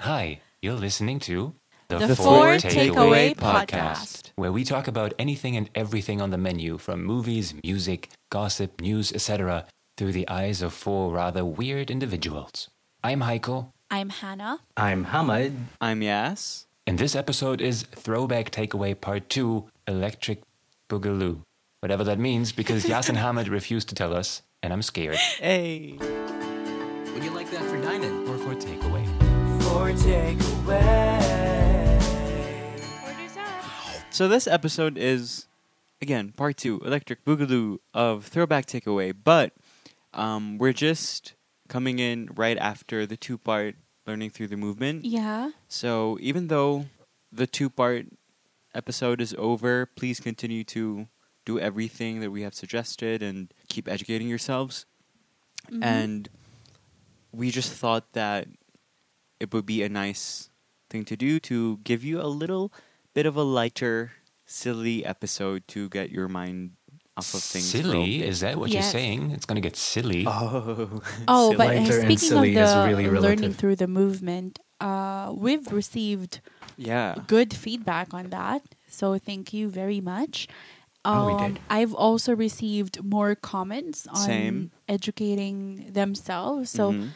Hi, you're listening to The, The Four Takeaway Podcast. where we talk about anything and everything on the menu from movies, music, gossip, news, etc., through the eyes of four rather weird individuals. I'm Heiko, I'm Hannah. I'm Hamad. I'm Yas. and this episode is Throwback Takeaway Part 2 Electric Boogaloo. Whatever that means, because Yas and Hamid refused to tell us, and I'm scared. Hey. Would you like that for dining? Or for takeaway. So this episode is, again, part two, Electric Boogaloo of Throwback Takeaway, but um, we're just coming in right after the two part Learning Through the Movement. Yeah. So even though the two part episode is over, please continue to do everything that we have suggested and keep educating yourselves. Mm-hmm. And we just thought that it would be a nice thing to do to give you a little bit of a lighter, silly episode to get your mind off of things. for a Silly? bit. Is that what Yes. you're saying? It's going to get silly. Oh, Oh, silly. but uh, Lighter and speaking silly of is the really learning relative. through the movement, uh, we've received yeah, good feedback on that. So thank you very much. Um, Oh, we did. I've also received more comments on Same. educating themselves. So Mhm.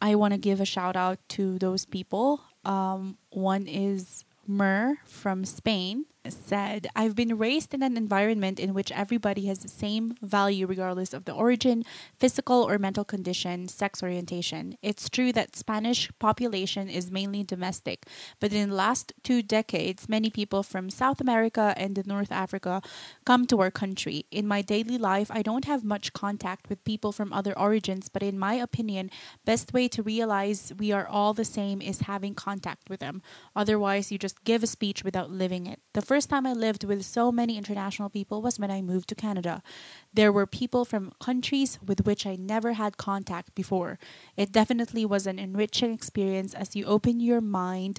I want to give a shout out to those people. Um, one is Mer from Spain said, I've been raised in an environment in which everybody has the same value regardless of the origin, physical or mental condition, sex orientation. It's true that Spanish population is mainly domestic, but in the last two decades, many people from South America and North Africa come to our country. In my daily life, I don't have much contact with people from other origins, but in my opinion, best way to realize we are all the same is having contact with them. Otherwise, you just give a speech without living it. The first time I lived with so many international people was when I moved to Canada. There were people from countries with which I never had contact before. It definitely was an enriching experience as you open your mind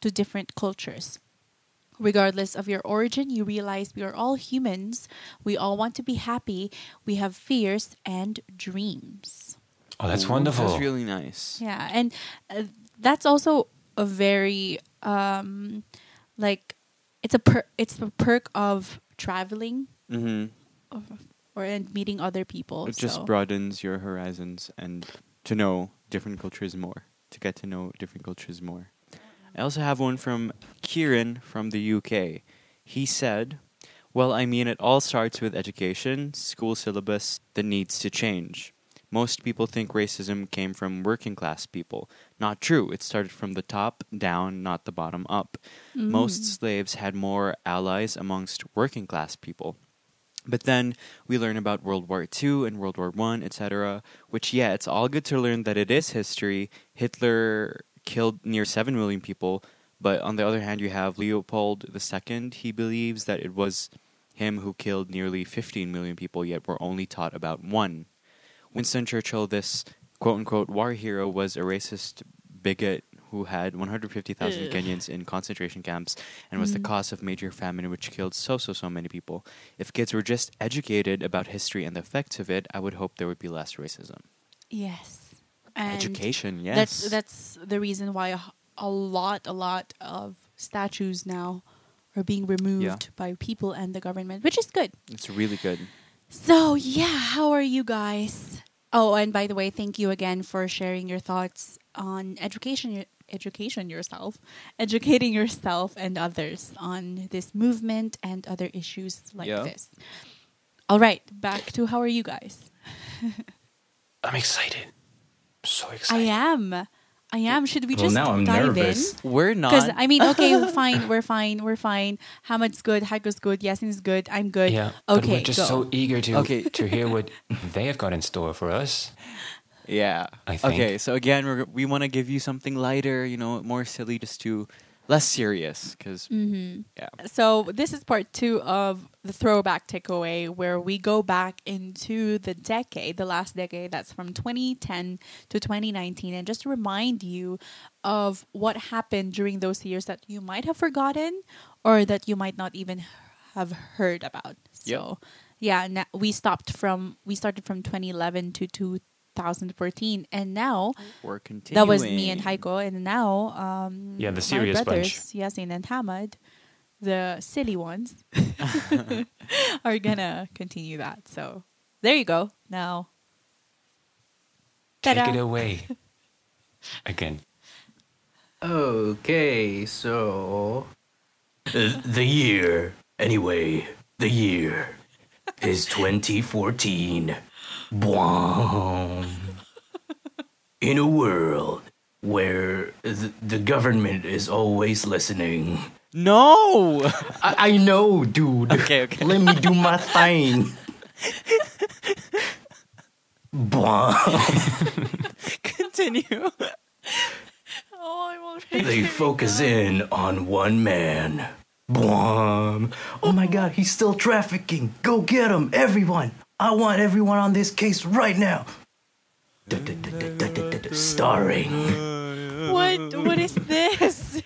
to different cultures. Regardless of your origin, you realize we are all humans. We all want to be happy. We have fears and dreams. Oh, that's Ooh, wonderful. That's really nice. Yeah, and uh, that's also a very um like it's a per- it's a perk of traveling Mm-hmm. or and meeting other people. It just so. broadens your horizons and to know different cultures more, to get to know different cultures more. I also have one from Kieran from the UK. He said, Well, I mean, it all starts with education, school syllabus that needs to change. Most people think racism came from working class people. Not true. It started from the top down, not the bottom up. Mm-hmm. Most slaves had more allies amongst working class people. But then we learn about World War II and World War One, etc. Which, yeah, it's all good to learn that it is history. Hitler killed near seven million people, but on the other hand, you have Leopold II. He believes that it was him who killed nearly fifteen million people, yet we're only taught about one. Winston Churchill, this quote unquote war hero, was a racist bigot who had 150,000 Kenyans in concentration camps and was the Mm-hmm. cause of major famine, which killed so, so, so many people. If kids were just educated about history and the effects of it, I would hope there would be less racism. yes. And Education, yes. That's that's the reason why a, a lot a lot of statues now are being removed by people and the government, which is good. it's really good. So, yeah, how are you guys? Oh, and by the way, thank you again for sharing your thoughts on education education yourself, educating yourself and others on this movement and other issues like Yeah. this. All right, back to how are you guys? I'm excited. I'm so I excited. am. I am. Should we Well, just now I'm dive nervous. in? We're Because not. I mean, okay, fine, we're fine, we're fine. Hamad's good, Hago's good, Yasin's good, I'm good. yeah. okay, but we're just go. so eager to Okay. to hear what they have got in store for us. yeah. I think- Okay, so again, we're, we want to give you something lighter, you know, more silly, just to less serious. Because, Mm-hmm. yeah. So this is part two of the throwback takeaway, where we go back into the decade, the last decade that's from 2010 to 2019, and just remind you of what happened during those years that you might have forgotten or that you might not even have heard about. Yep. So yeah, na we stopped from we started from 2011 to two, 2014, and now We're continuing. that was me and Heiko, and now um, Yeah, the my serious brothers, Yasin and Hamad, the silly ones, are gonna continue that. So there you go. Now, Take Ta-da. it away. Again. Okay, so. Uh, the year. Anyway, the year is 2014. Bwom. In a world where the, the government is always listening. No. I, I know, dude. Okay, okay. Let me do my thing. Bwom. Continue. oh, I'm already They focus in on one man. Blom. Oh my god, he's still trafficking. Go get him, everyone. I want everyone on this case right now. Starring What? What is this?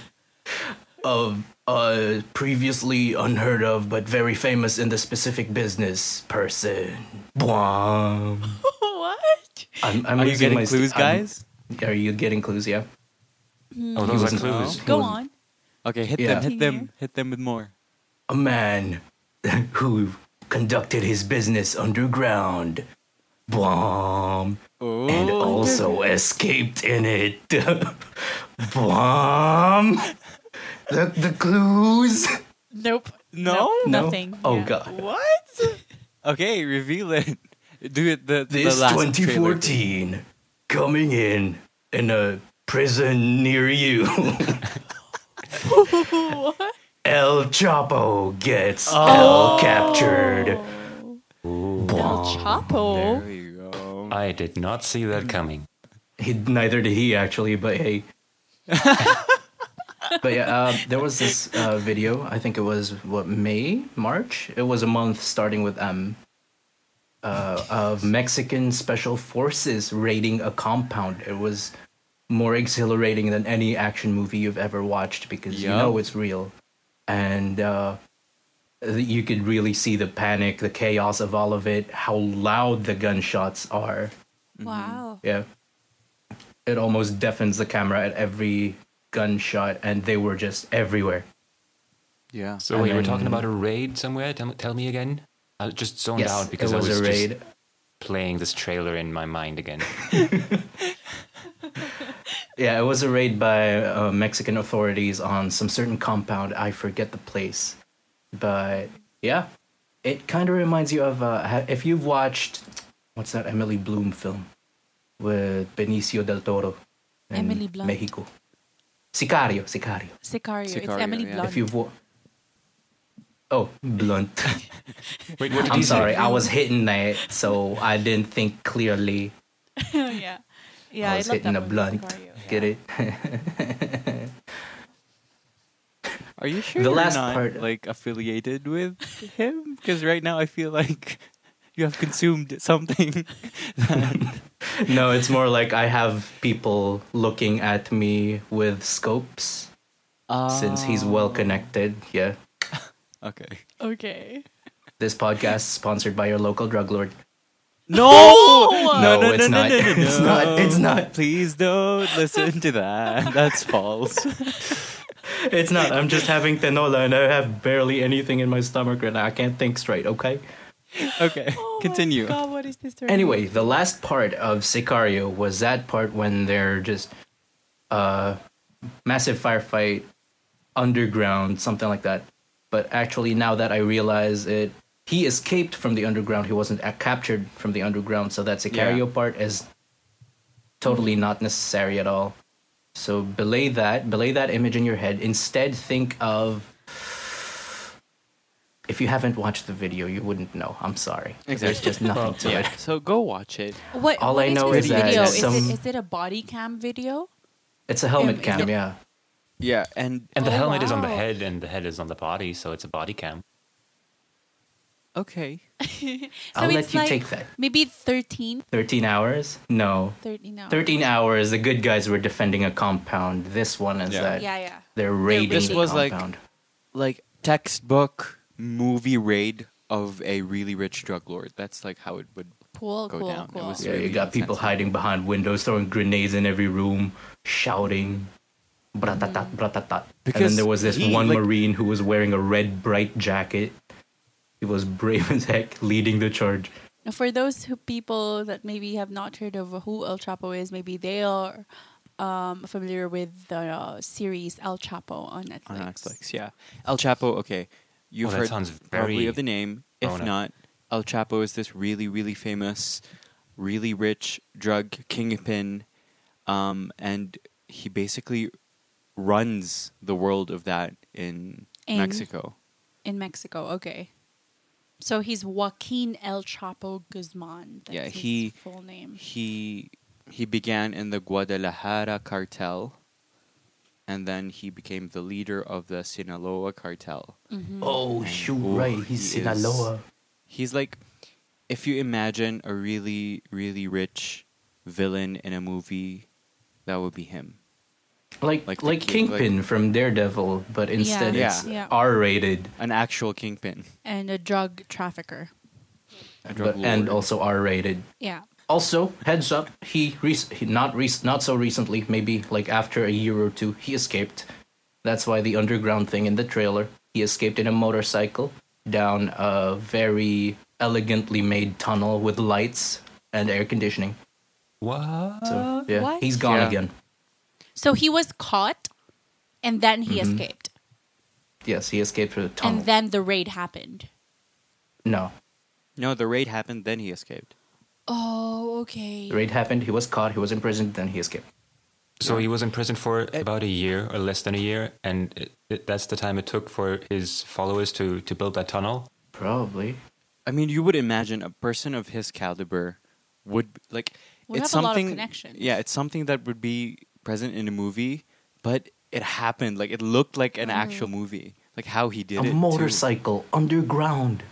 of a previously unheard of but very famous in the specific business person. Blom. what? I'm, I'm Are you losing getting my st- clues, I'm- guys? are you getting clues? Yeah. Oh, He those are was- clues. Go Well, on. Okay, hit Yeah. them, hit Continue. them, hit them with more. a man who conducted his business underground. Blom. Oh, And also escaped in it. Blom. The, the clues. Nope. No? No? Nothing. Oh, Yeah. God. what? okay, reveal it. Do it the This the last trailer. 2014 coming in in a prison near you. El Chapo gets El captured. Oh. El There Chapo. you go. I did not see that coming. He, neither did he actually, but hey. but yeah, uh, there was this uh, video. I think it was what May, March. It was a month starting with M. Uh, of Mexican special forces raiding a compound. It was more exhilarating than any action movie you've ever watched because you Yeah. know it's real, and uh, you could really see the panic, the chaos of all of it, how loud the gunshots are. Wow. Yeah. It almost deafens the camera at every gunshot, and they were just everywhere. Yeah. So And wait, we're then- talking about a raid somewhere? Tell, tell me again. I just zoned Yes, out because it was, I was a raid. just playing this trailer in my mind again. Yeah, it was a raid by uh, Mexican authorities on some certain compound. I forget the place, but yeah, it kind of reminds you of uh, ha- if you've watched what's that Emily Bloom film with Benicio del Toro in Emily Blunt. Mexico. Sicario, Sicario. Sicario. Sicario, It's Emily yeah. Blunt. If you've wa- oh blunt. Wait, what did I'm he say? sorry, I was hitting that, so I didn't think clearly. yeah. Yeah, I I, was love hitting that a movie, blunt. Sicario. Get it? Are you sure The you're last not, part- like affiliated with him? Because right now I feel like you have consumed something. no, it's more like I have people looking at me with scopes since he's Oh. well connected. Yeah. Okay. Okay. This podcast is sponsored by your local drug lord. No! No, it's not. It's not. It's not. Please don't listen to that. That's false. It's not. I'm just having tenola and I have barely anything in my stomach right now. I can't think straight, okay? Okay, Oh my continue. God, what is this? story? Anyway, the last part of Sicario was that part when they're just uh massive firefight underground, something like that. But actually now that I realize it he escaped from the underground. He wasn't uh, captured from the underground, so that Sicario part is totally not necessary at all. So belay that, belay that image in your head. Instead, think of if you haven't watched the video, you wouldn't know. I'm sorry. There's Exactly. just nothing to it. Yeah. So go watch it. What, All what I know this is that video? is, some- it, is it a body cam video? It's a helmet Is cam, it- yeah. Yeah, and And the Oh, helmet is on the wow. head, and the head is on the body, so it's a body cam. okay. So I'll it's let you like take that. Maybe 13, 13 hours? No. 13 hours. 13 hours, the good guys were defending a compound. This one is Yeah. that Yeah, yeah. they're raiding This the was like- compound. Like textbook movie raid of a really rich drug lord. That's like how it would Cool, go cool, down. It cool. was Yeah, you really got people sensitive. hiding behind windows, throwing grenades in every room, shouting, bratatat, Mm. bratatat. and Because then there was this he, one like- Marine who was wearing a red bright jacket. He was brave as heck, leading the charge. Now, For those who, people that maybe have not heard of who El Chapo is, maybe they are um, familiar with the uh, series El Chapo on Netflix. on Netflix. Yeah, El Chapo. Okay, you've that heard sounds probably very of the name. grown If up. not, El Chapo is this really, really famous, really rich drug kingpin, um, and he basically runs the world of that in In- Mexico. in Mexico. Okay, so he's Joaquin El Chapo Guzman. That's Yeah, his he- full name. He he began in the Guadalajara cartel, and then he became the leader of the Sinaloa cartel. Oh, Mm-hmm. And- shoot, ooh, right. He's he is- Sinaloa. He's like, if you imagine a really, really rich villain in a movie, that would be him. Like, like like, the king- Kingpin from Daredevil, but instead Yeah. it's Yeah. R rated An actual kingpin. and a drug trafficker. drug lord. and also R rated. Yeah. Also, heads up, he, rec- he not rec- not so recently, maybe like after a year or two, he escaped. That's why the underground thing in the trailer. He escaped in a motorcycle down a very elegantly made tunnel with lights and air conditioning. What? So yeah, Uh, what? he's gone Yeah. again. So he was caught, and then he escaped, Yes, he escaped through the Mm-hmm. tunnel. and then the raid happened. no, No, the raid happened, then he escaped. Oh, okay. the raid happened. He was caught. He was imprisoned. Then he escaped. So he was in prison for about a year or less than a year, and it, it, that's the time it took for his followers to, to build that tunnel. Probably. I mean, you would imagine a person of his caliber would like. Would it's have a lot of something. connections. Yeah, it's something that would be present in a movie, but it happened. Like it looked like an actual Mm. movie. Like how he did a it. too. motorcycle underground.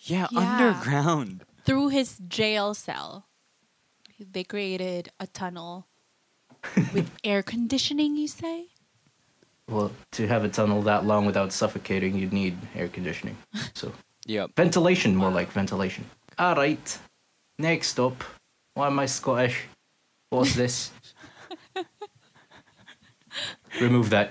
Yeah, Yeah. underground. Through his jail cell, they created a tunnel with air conditioning. You say? Well, to have a tunnel that long without suffocating, you'd need air conditioning. So. Yep. Ventilation, more like ventilation. All right. Next up, why am I Scottish? What's this? Remove that.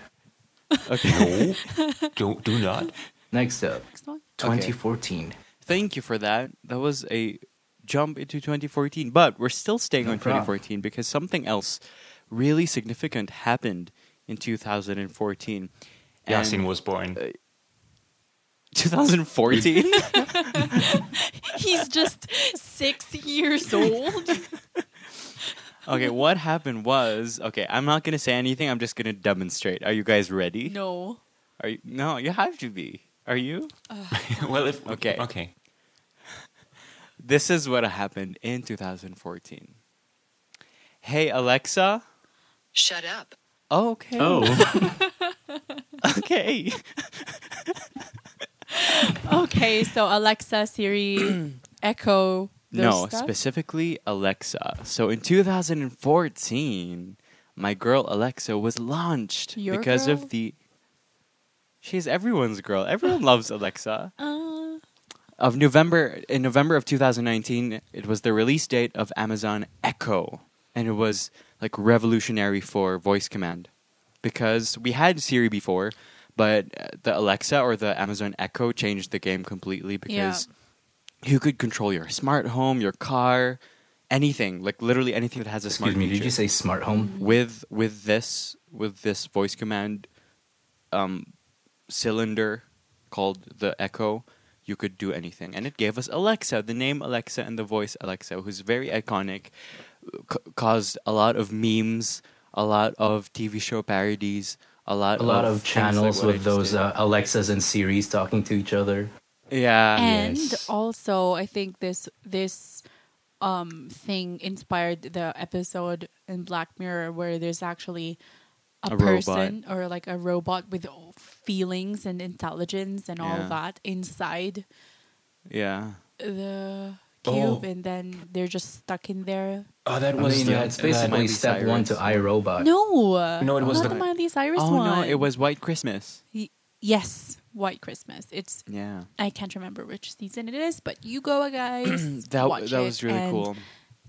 No, do, do not. Next up, Next one. 2014. Thank you for that. That was a jump into 2014, but we're still staying No on problem. 2014 because something else really significant happened in 2014. And- Yasin was born. 2014? He's just six years old. okay, what happened was, okay, I'm not going to say anything. I'm just going to demonstrate. Are you guys ready? No. Are you No, you have to be. Are you? well, if Okay. okay, This is what happened in 2014. Hey Alexa. Shut up. Okay. Oh, Okay. Okay, so Alexa, Siri, Echo. those No, stuff? specifically Alexa. So in 2014, my girl Alexa was launched Your because girl? of the. She's everyone's girl. Everyone loves Alexa. Uh, Of November in November of 2019, it was the release date of Amazon Echo, and it was like revolutionary for voice command, because we had Siri before, but uh, the Alexa or the Amazon Echo changed the game completely because you could control your smart home, your car, anything, like literally anything that has a smart excuse me. Did feature. you say smart home? with with this with this voice command um, cylinder called the Echo, you could do anything, and it gave us Alexa, the name Alexa, and the voice Alexa, who's very iconic, c- caused a lot of memes, a lot of TV show parodies, a lot A lot of Oh, things of like channels what I with just those did. uh, Alexas and Siris talking to each other. yeah, and yes. also, I think this this um thing inspired the episode in Black Mirror where there's actually a, A robot. person or like a robot with feelings and intelligence and all Yeah. that inside yeah. the Oh. cube, and then they're just stuck in there. oh, that I mean, yeah, it's basically Miley step one to Cyrus. iRobot. No, No, it was not the- Miley Cyrus Oh one. no, it was White Christmas. Y- yes, White Christmas. It's Yeah. I can't remember which season it is, but you go, guys. That watch it, that was really and cool.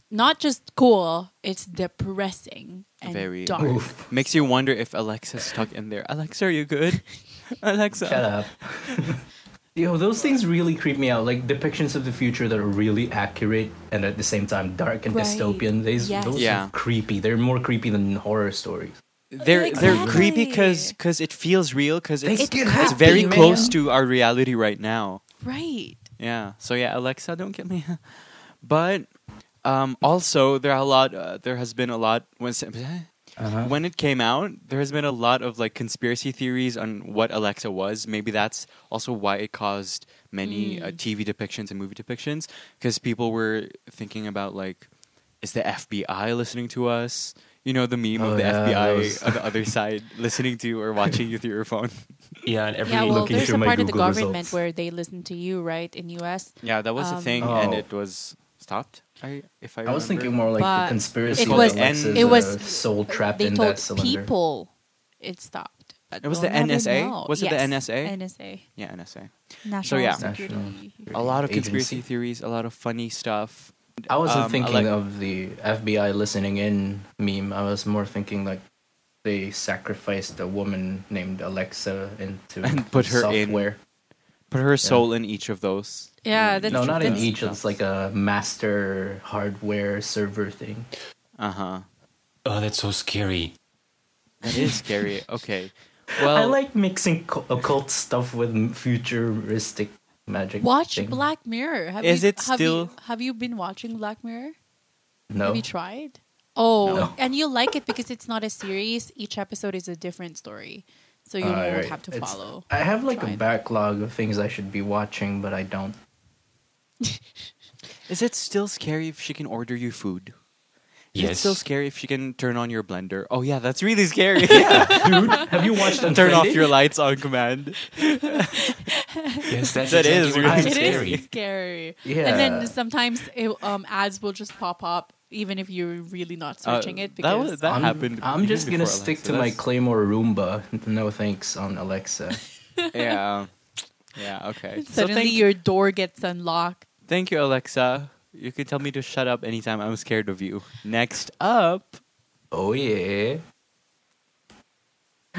Not just cool; it's depressing and Very. dark. Oof. Makes you wonder if Alexa's stuck in there. Alexa, are you good? Alexa. Shut up. Yo, those things really creep me out. Like depictions of the future that are really accurate and at the same time dark and Right. dystopian. These, Yes. Those Yeah. are creepy. They're more creepy than horror stories. They're they're creepy Exactly. because because it feels real because They it's, get it's happy, very man. close to our reality right now. Right. Yeah. So yeah, Alexa, don't get me. But um, also, there are a lot. Uh, there has been a lot when s- Uh-huh. when it came out. There has been a lot of like conspiracy theories on what Alexa was. Maybe that's also why it caused many uh, TV depictions and movie depictions because people were thinking about like, is the FBI listening to us? You know the meme Oh, of the yeah, that FBI was- on the other side listening to you or watching you through your phone. Yeah, and every yeah. Well, looking there's through a my part of the Google government results. where they listen to you, right? In U.S. Yeah, that was a Um, thing, Oh. and it was stopped. I if I, I remember. was thinking more like But the conspiracy. it of was- Alexa's, it was- uh, soul trapped they in told that cylinder. people it stopped. But It was the we'll never NSA? know. Was it the Yes, NSA? NSA. Yeah, NSA. National yeah. Security. A lot of conspiracy Agency. thereries, a lot of funny stuff. I Um, wasn't thinking Alec- of the FBI listening in meme. I was more thinking like they sacrificed a woman named Alexa into And put her in. software. Put her soul in each of those. Yeah, that's no, not in that's- each. It's like a master hardware server thing. Uh huh. Oh, that's so scary. That is scary. Okay. Well, I Oh. like mixing co- occult stuff with m- futuristic magic. Watch thing. Black Mirror. Have Is you, it have still- You, have you been watching Black Mirror? No, Have you tried? Oh, No. and you like it because it's not a series. Each episode is a different story, so you All won't right. have to It's- follow. I have like Try it. a backlog of things I should be watching, but I don't. is it still scary if she can order you food? Is it Yes. still scary if she can turn on your blender? Oh yeah, that's really scary. Dude, have you watched? turn off Unfriended? your lights on command. Yes, that's That is exactly really It right. is scary. scary. Yeah. And then sometimes it, um, ads will just pop up, even if you're really not Uh, searching it. that was- Because that I'm, happened I'm even just gonna before stick Alexa. to my That's- Claymore Roomba. No thanks on Alexa. yeah. Yeah. Okay. so suddenly thank your door gets unlocked. Thank you, Alexa. You can tell me to shut up anytime. I'm scared of you. Next up. oh yeah.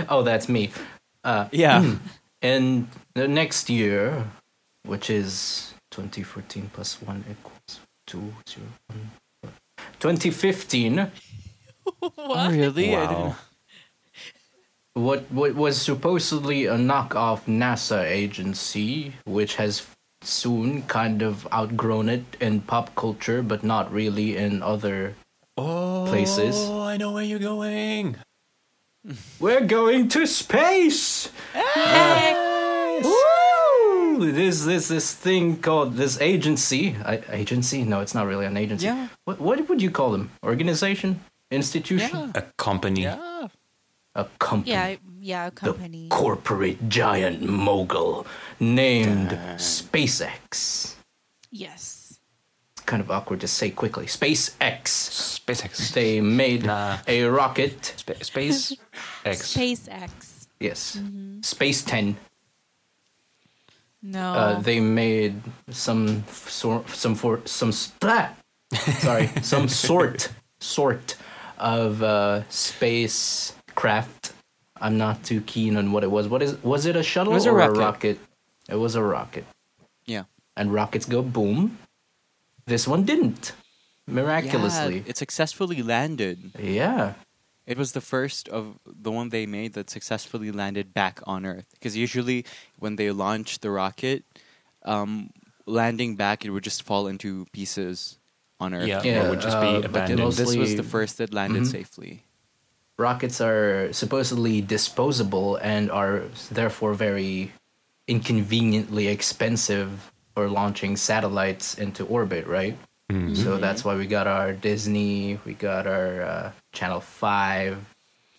Oh, that's me. Uh, Yeah. And the next year, which is 2014 plus 1 equals 2, 0, 1, 2015, Oh, really? I didn't Wow. know. what, what was supposedly a knockoff NASA agency, which has soon kind of outgrown it in pop culture, but not really in other. Oh, Places. I know where you're going. We're going to space! Woo! There's this this thing called this agency. I, agency? No, it's not really an agency. Yeah. What what would you call them? Organization? Institution? Yeah. A company. Yeah. A company. Yeah, yeah, a company. The corporate giant mogul named SpaceX. yes. It's kind of awkward to say quickly. SpaceX. SpaceX. They made Nah. a rocket. Spa- space X. SpaceX. Yes. Space 10. No. Oh. Uh, they made some sort, some for some s- blah! sorry, some sort sort of uh, spacecraft. I'm not too keen on what it was. What is was it a shuttle was a or rocket. a rocket? It was a rocket, Yeah. and rockets go boom. This one didn't, miraculously. it successfully landed. Yeah, It was the first of the one they made that successfully landed back on Earth. Because usually when they launch the rocket, um, landing back, it would just fall into pieces on Earth. Yeah, Yeah, it would just uh, but be they abandoned. also- This was Mostly- the first that landed safely. rockets are supposedly disposable and are therefore very inconveniently expensive for launching satellites into orbit, right? So that's why we got our Disney, we got our uh, Channel 5,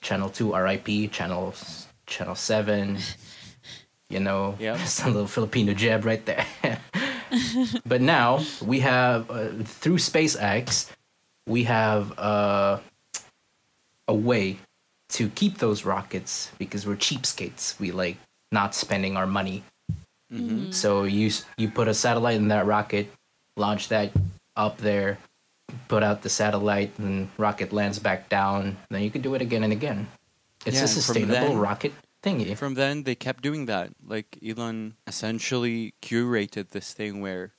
Channel 2 RIP, Channel s- Channel 7. You know, Yep. some little Filipino jab right there. but now we have, uh, through SpaceX, we have uh, a way to keep those rockets because we're cheapskates. We like not spending our money. Mm-hmm. So you s- you put a satellite in that rocket, launch that up there, put out the satellite, and rocket lands back down. Then you could do it again and again. It's Yeah, a and from sustainable then- rocket thingy. From then, they kept doing that. Like Elon essentially curated this thing where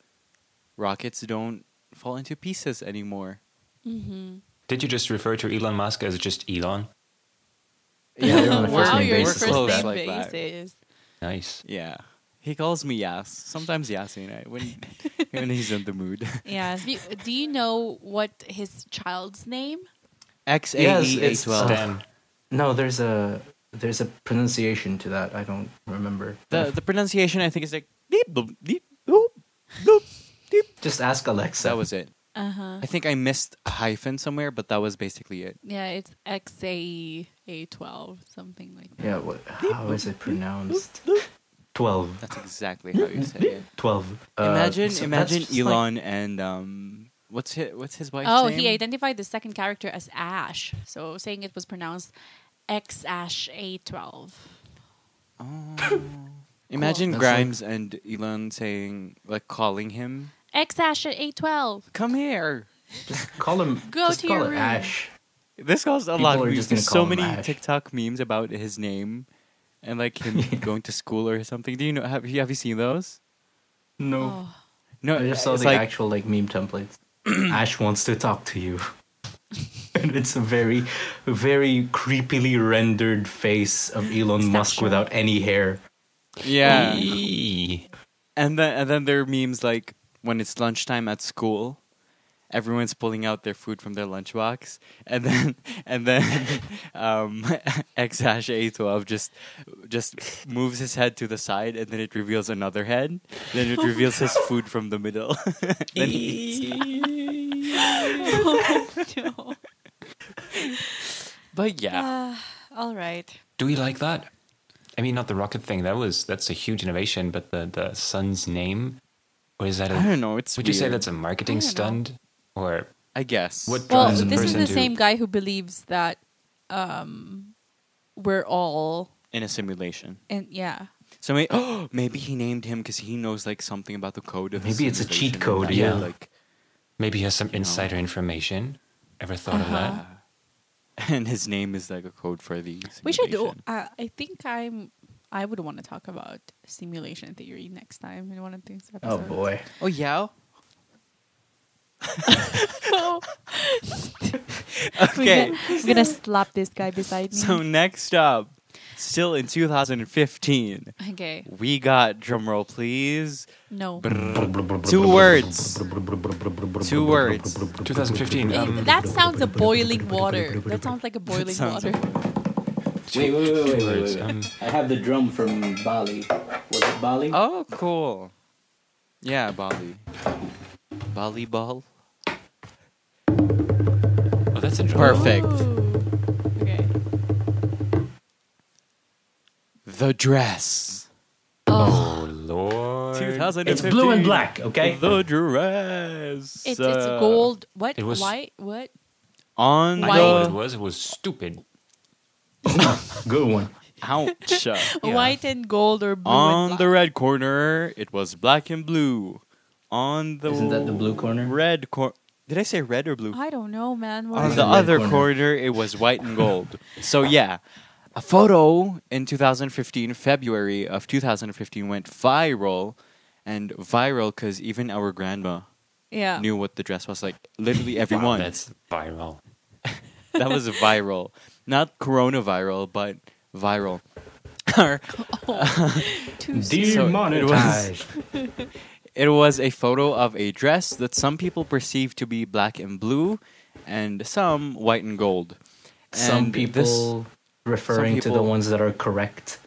rockets don't fall into pieces anymore. Did you just refer to Elon Musk as just Elon? yeah, they're on a Wow, first name you're basis. first like name that. like that. basis. Nice. Yeah, he calls me Yas. Sometimes Yassi and I when when he's in the mood. Yeah. Do you, do you know what his child's name? X A Yes, E A it's- twelve. Stan. No, there's a there's a pronunciation to that. I don't remember. The the pronunciation I think is like deep boop, deep boop, boop. Just ask Alexa. That was it. Uh Uh-huh. huh. I think I missed a hyphen somewhere, but that was basically it. Yeah, it's XAE A12, something like that. yeah. What, how is it pronounced? Twelve. That's exactly how you say it. Twelve. Uh, imagine so that's imagine just like- Elon and um what's his, what's his wife's Oh, name? he identified the second character as Ash, so saying it was pronounced X Ash A12. Oh. Imagine That's Grimes and Elon saying like calling him, X Ash A12. "Come here." call him. Go just to call your it room. Ash. This caused a People lot of are memes. just gonna There's call so him many Ash. TikTok memes about his name and like him going to school or something. Do you know have you have you seen those? No. Oh. No, I just saw it's the like actual like meme templates. Ash wants to talk to you. and it's a very, very creepily rendered face of Elon Snapshot. Musk without any hair. yeah. Eee. And then and then there are memes like when it's lunchtime at school, everyone's pulling out their food from their lunchbox, and then and then um, X hash A twelve just just moves his head to the side, and then it reveals another head. Then Oh it reveals his food from the middle. then he eats. no. But yeah, All right. Do we like that? I mean, not the rocket thing. That was that's a huge innovation, but the the son's name, or is that? A, I don't know. It's Would you say weird. that's a marketing I don't know. stunt, or I guess. What- Well, drives a this is person the to- same guy who believes that um, we're all in a simulation? and yeah. So maybe, oh, maybe he named him because he knows like something about the code of the Maybe it's a cheat simulation and code, that, yeah. like maybe he has some know. insider information? Ever thought of that? uh, Uh-huh. and his name is like a code for the. We should. do simulation. Uh, I think I'm. I would want to talk about simulation theory next time in one of these Oh episodes. boy. Oh yeah. Okay. I'm gonna slap this guy beside me. So next up, still in 2015, okay. we got drumroll please. No. Two words. Two words. 2015. Um, that sounds a boiling water. That sounds like a boiling sounds water. Wait, wait, wait, wait, wait, words, wait. um, I have the drum from Bali. Was it Bali? Oh cool. Yeah, Bali. Volleyball. oh, that's a drum. Perfect. Ooh. Okay. The dress. Oh lord. 2015. It's blue and black, okay? The dress. It's, it's uh, gold. What? it was- White? What? On I White. know what it the was. It was stupid. Good one. ouch. White and gold or blue? On and the black? red corner, it was black and blue. On the Isn't that the blue corner? Red corner. Did I say red or blue? I don't know, man. What On are the you- red other corner. corner. it was white and gold. so yeah, a photo in 2015, February of 2015, went viral, and viral because even our grandma yeah. knew what the dress was like. Literally Wow, everyone. that's viral. that was viral, not coronaviral, but viral. Our Too soon. Demonetized. It was a photo of a dress that some people perceive to be black and blue, and some white and gold. Some And this- people referring to the people- ones that are correct.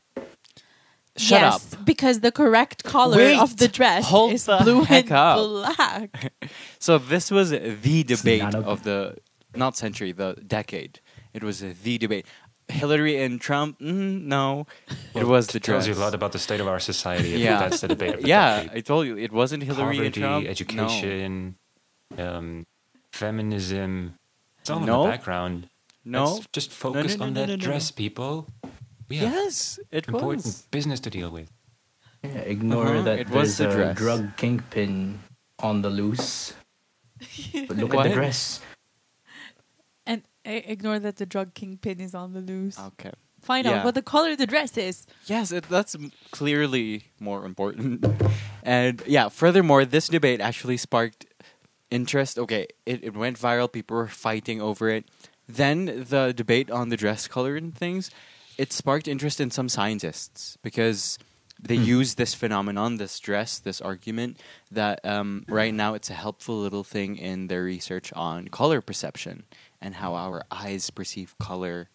shut yes, up. because the correct color Wait, of the dress hold is the blue heck and up. black. So this was the debate not okay. of the not century, the decade. It was the debate. Hillary and Trump? Mm, no, it was the dress. Tells you a lot about the state of our society. if Yeah. That's the debate. of the yeah, decade. I told you it wasn't Hillary poverty, and Trump. No. education, um, feminism. It's all in No. the background. No. Let's just focus no, on no, that no, no, dress, people. We have Yes, it important was. business to deal with. Yeah, ignore Uh-huh, that it was there's the a dress. drug kingpin on the loose. But look at What? the dress. And i- ignore that the drug kingpin is on the loose. Okay. Find Uh, yeah. out what the color of the dress is. Yes, it, that's m- clearly more important. And yeah, furthermore, this debate actually sparked interest. Okay, it, it went viral. People were fighting over it. Then the debate on the dress color and things, it sparked interest in some scientists because they use this phenomenon, this dress, this argument that um, right now it's a helpful little thing in their research on color perception and how our eyes perceive color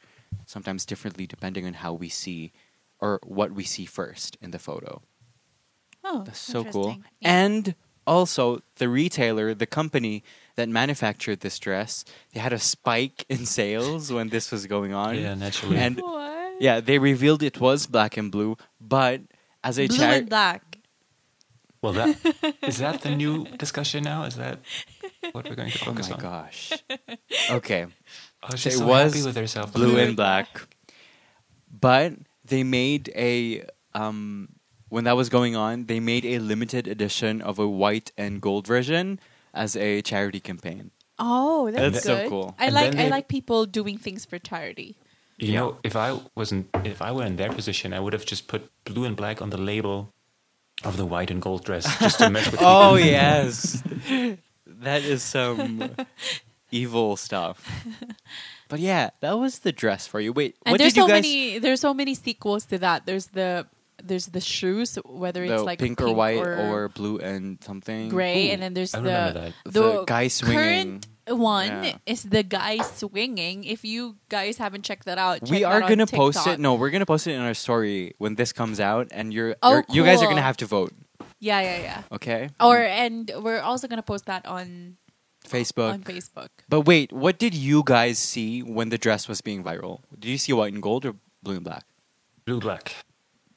sometimes differently depending on how we see or what we see first in the photo. Oh, That's so cool. interesting. Yeah. And also, the retailer, the company that manufactured this dress, they had a spike in sales when this was going on. Yeah, naturally. and what? yeah, they revealed it was black and blue, but as a Blue charity, and black. well, that is that the new discussion now? Is that what we're going to oh focus my on? gosh. okay, Oh, she's It so was happy with herself. blue and black, but they made a um when that was going on, they made a limited edition of a white and gold version as a charity campaign. Oh, that's, That's so good. cool. I And like then I they- like people doing things for charity. You know, if I wasn't, if I were in their position, I would have just put blue and black on the label of the white and gold dress just to mess with people. Oh yes, that is some evil stuff. But yeah, that was the dress for you. Wait, And what there's did you so guys? many there's so many sequels to that. There's the there's the shoes, whether it's the like pink, or white or, blue and something gray, Ooh, and then there's I remember that. the The guy swinging. Current one Yeah. is the guy swinging. If you guys haven't checked that out, check We are going gonna to post it. No, we're gonna post it in our story when this comes out, and you're, Oh, you're you guys cool. Oh, are gonna have to vote. Yeah, yeah, yeah. Okay. Or and we're also going to post that on Facebook. on Facebook. But wait, what did you guys see when the dress was being viral? Did you see white and gold or blue and black? Blue black.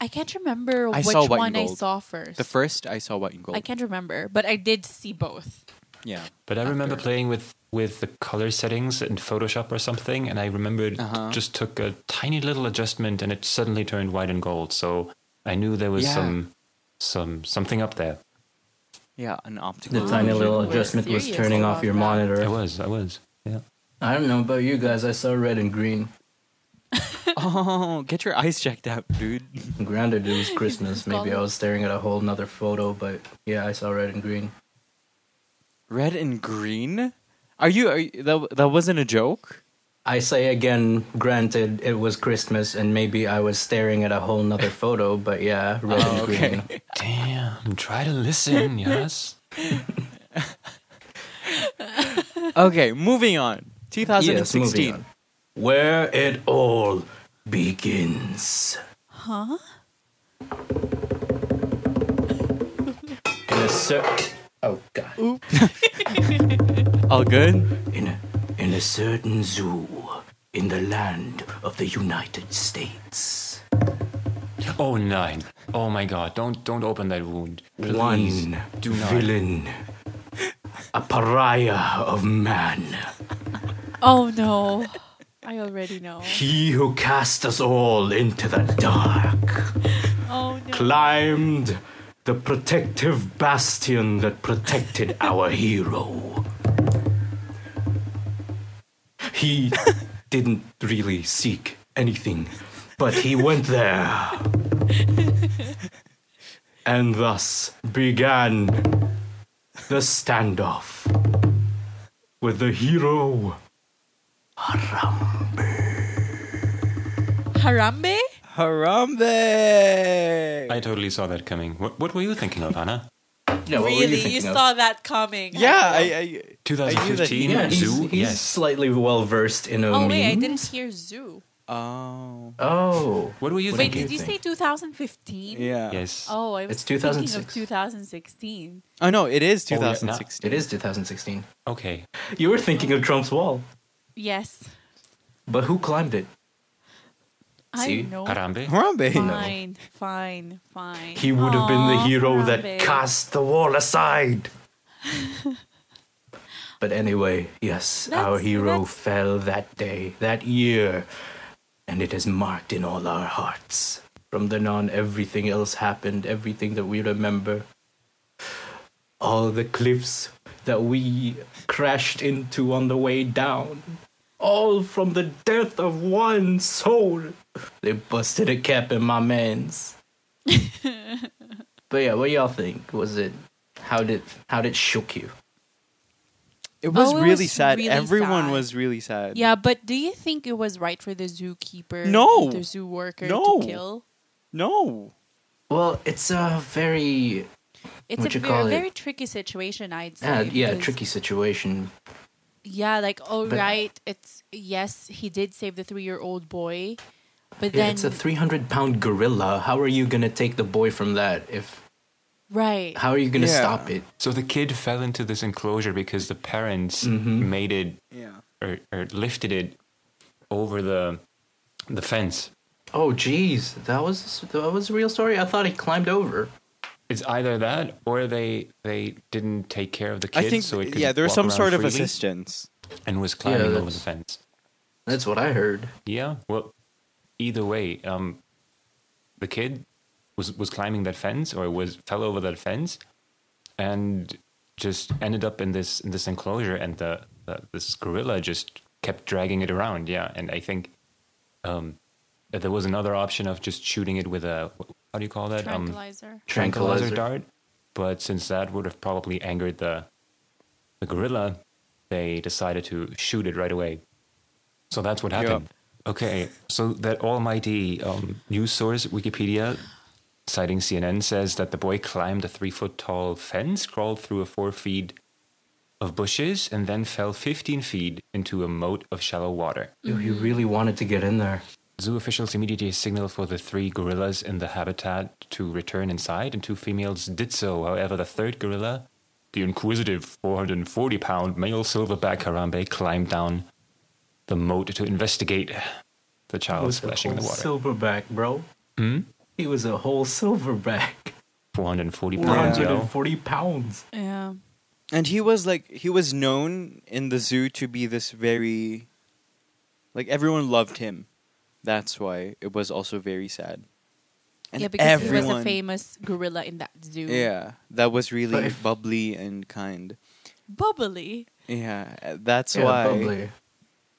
I can't remember which I saw white one and I gold. saw first. The first I saw white and gold. I can't remember, but I did see both. Yeah. But I remember After. playing with with the color settings in Photoshop or something, and I remember it Uh-huh. just took a tiny little adjustment, and it suddenly turned white and gold. So I knew there was Yeah. some some something up there. Yeah, an optical. The tiny illusion. little we're adjustment was serious turning about off your that. I monitor. was, I was. Yeah. I don't know about you guys. I saw red and green. Oh, get your eyes checked out, dude. Granted, it was Christmas. Maybe I gone. was staring at a whole nother photo, but yeah, I saw red and green. Red and green? Are you? Are you that, that wasn't a joke. I say again, granted, it was Christmas, and maybe I was staring at a whole nother photo, but yeah, red and Oh, green. okay. Damn. Try to listen. yes. okay, moving on. Yes, 2016. moving on. Where it all begins. Huh? In a cer- oh god. All good. In a, in a certain zoo in the land of the United States. Oh nine. Oh my God! Don't don't open that wound. Please. One do not. villain. A pariah of man. Oh no. I already know. He who cast us all into the dark. Oh no. Climbed the protective bastion that protected our hero. He didn't really seek anything, but he went there. And thus began the standoff with the hero. Harambe? Harambe. I totally saw that coming. What, what were you thinking of, Anna? really? You, saw that coming. Oh, yeah, I, I 2015 knew Yeah, he's, zoo. he's yes. slightly well versed in a Oh meme. wait, I didn't hear zoo. I. Oh. Oh, what were you Wait, thinking? did you say 2015? Yeah. yes. Oh, I was It's thinking of 2006. 2016. Oh no, it is Oh, yeah, no. 2016. it is 2016. Okay. You were thinking of Trump's wall, Yes. but who climbed it? See? I know. Harambe. Harambe. Fine, fine, fine. He would have been the Aw, hero Harambe. that cast the wall aside. but anyway, yes, our That's- hero that's- fell that day, that year, and it is marked in all our hearts. From then on, everything else happened, everything that we remember, all the cliffs that we crashed into on the way down, all from the death of one soul. They busted a cap in my man's. but yeah, what y'all think? Was it how did how did shook you? It was Oh, it really was sad. really Everyone sad. was really sad. Yeah, but do you think it was right for the zookeeper, No. the zoo worker No. to kill? No. Well, it's a very It's What a you call very, it? very tricky situation, I'd say. uh, yeah because- tricky situation. Yeah, like all right, But- it's yes, he did save the three-year-old boy, but Yeah, then it's a three hundred pound gorilla. How are you gonna take the boy from that? If right, how are you gonna Yeah. stop it? So the kid fell into this enclosure because the parents Mm-hmm. made it Yeah. or, or lifted it over the the fence. Oh, jeez, that was that was a real story. I thought he climbed over. It's either that or they they didn't take care of the kid, I think so it could yeah, there was walk some around sort of freely assistance. and was climbing over that's- the fence. That's what I heard. Yeah. Well, either way, um, the kid was was climbing that fence or was fell over that fence, and just ended up in this in this enclosure, and the, the this gorilla just kept dragging it around. Yeah, and I think um, that there was another option of just shooting it with a how do you call that um, tranquilizer. tranquilizer Tranquilizer. dart, but since that would have probably angered the the gorilla, they decided to shoot it right away. So that's what Yeah. happened. Okay, so that almighty um, news source, Wikipedia, citing CNN, says that the boy climbed a three foot tall fence, crawled through a four feet of bushes, and then fell 15 feet into a moat of shallow water. Yo, You really wanted to get in there. Zoo officials immediately signaled for the three gorillas in the habitat to return inside, and two females did so. However, the third gorilla, the inquisitive 440 pound male silverback Harambe, climbed down the moat to investigate the He child was a splashing in the whole water. silverback, bro. hmm? He was a whole silverback. 440 pounds, yo. 140 pounds. Yeah, And he was like he was known in the zoo to be this very like everyone loved him. That's why it was also very sad. And yeah, because he was everyone a famous gorilla in that zoo. Yeah, that was really But- bubbly and kind. bubbly. Yeah, uh, that's Yeah, why bubbly.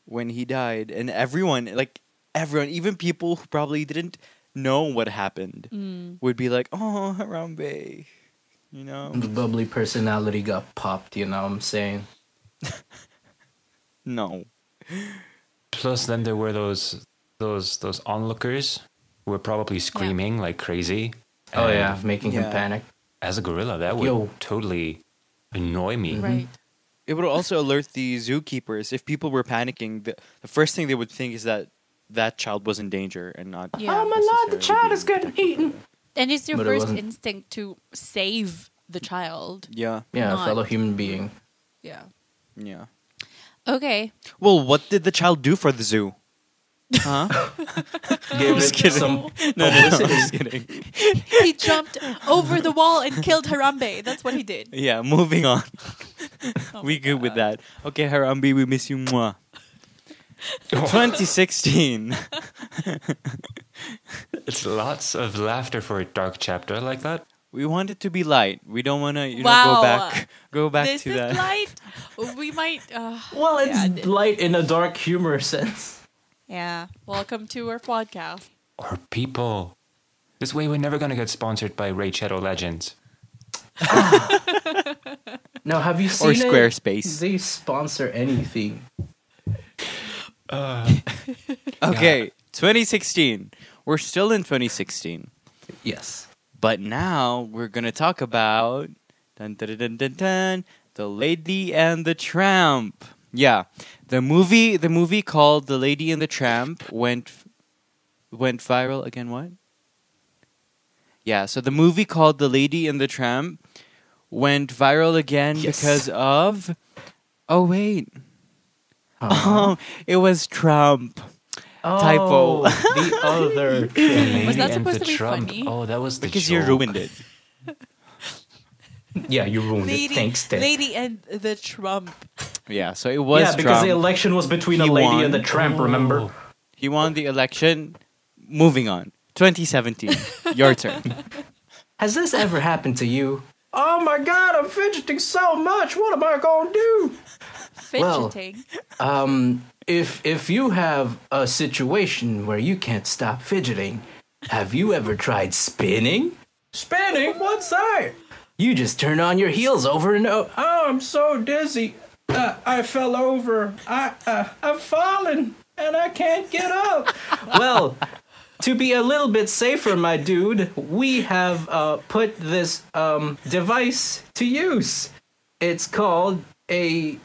when he died and everyone like everyone even people who probably didn't know what happened Mm. would be like, "Oh, Harambe." You know? The bubbly personality got popped, you know what I'm saying? No. Plus, then there were those those those onlookers who were probably screaming like crazy. Oh, And yeah, making Yeah. him panic. As a gorilla, that would Yo. totally annoy me. Mm-hmm. Right. It would also alert the zookeepers if people were panicking. The, the first thing they would think is that that child was in danger and not. Yeah. Oh my lord, the child is getting eaten. And it's your But it first wasn't- instinct to save the child. Yeah, Yeah, Not- a fellow human being. Yeah. yeah. Okay. Well, what did the child do for the zoo? Huh? Give it some. no, no, no, I'm just kidding. he jumped over the wall and killed Harambe. That's what he did. Yeah, moving on. Oh we my good with God. that. Okay, Harambe, we miss you. Mwah. 2016. It's lots of laughter for a dark chapter like that. We want it to be light. We don't want to, you know, Wow. go back, go back this to is that. light. We might. Uh, Well, Yeah, it's it- light in a dark humor sense. yeah. Welcome to our podcast. Or people. This way, we're never going to get sponsored by Ray Shadow Legends. Now, have you seen Or it? Squarespace. They sponsor anything. Okay, 2016. We're still in 2016. Yes. But now we're gonna talk about dun, dun, dun, dun, dun, dun, the Lady and the Tramp. Yeah, the movie, the movie called The Lady and the Tramp went went viral again. What? Yeah, so the movie called The Lady and the Tramp went viral again Yes. because of. Oh wait, Um, Uh-huh. oh, it was Trump. Typo. Oh, the other. Tramp. Was that Lady and supposed the to be Trump. funny? Oh, that was the Because you joke. ruined it. yeah, you ruined it. Thanks, Ted. lady and the Trump. Yeah, so it was yeah, because Trump. the election was between He a lady won. Oh, and the tramp, remember? He won the election. Moving on. 2017. Your turn. Has this ever happened to you? Oh my god, I'm fidgeting so much. What am I gonna do? Well- Fidgeting. Um, if if you have a situation where you can't stop fidgeting, have you ever tried spinning? Spinning? What's that? You just turn on your heels over and over. Oh, I'm so dizzy. Uh, I fell over. I uh, I've fallen and I can't get up. well, to be a little bit safer, my dude, we have uh, put this um, device to use. It's called a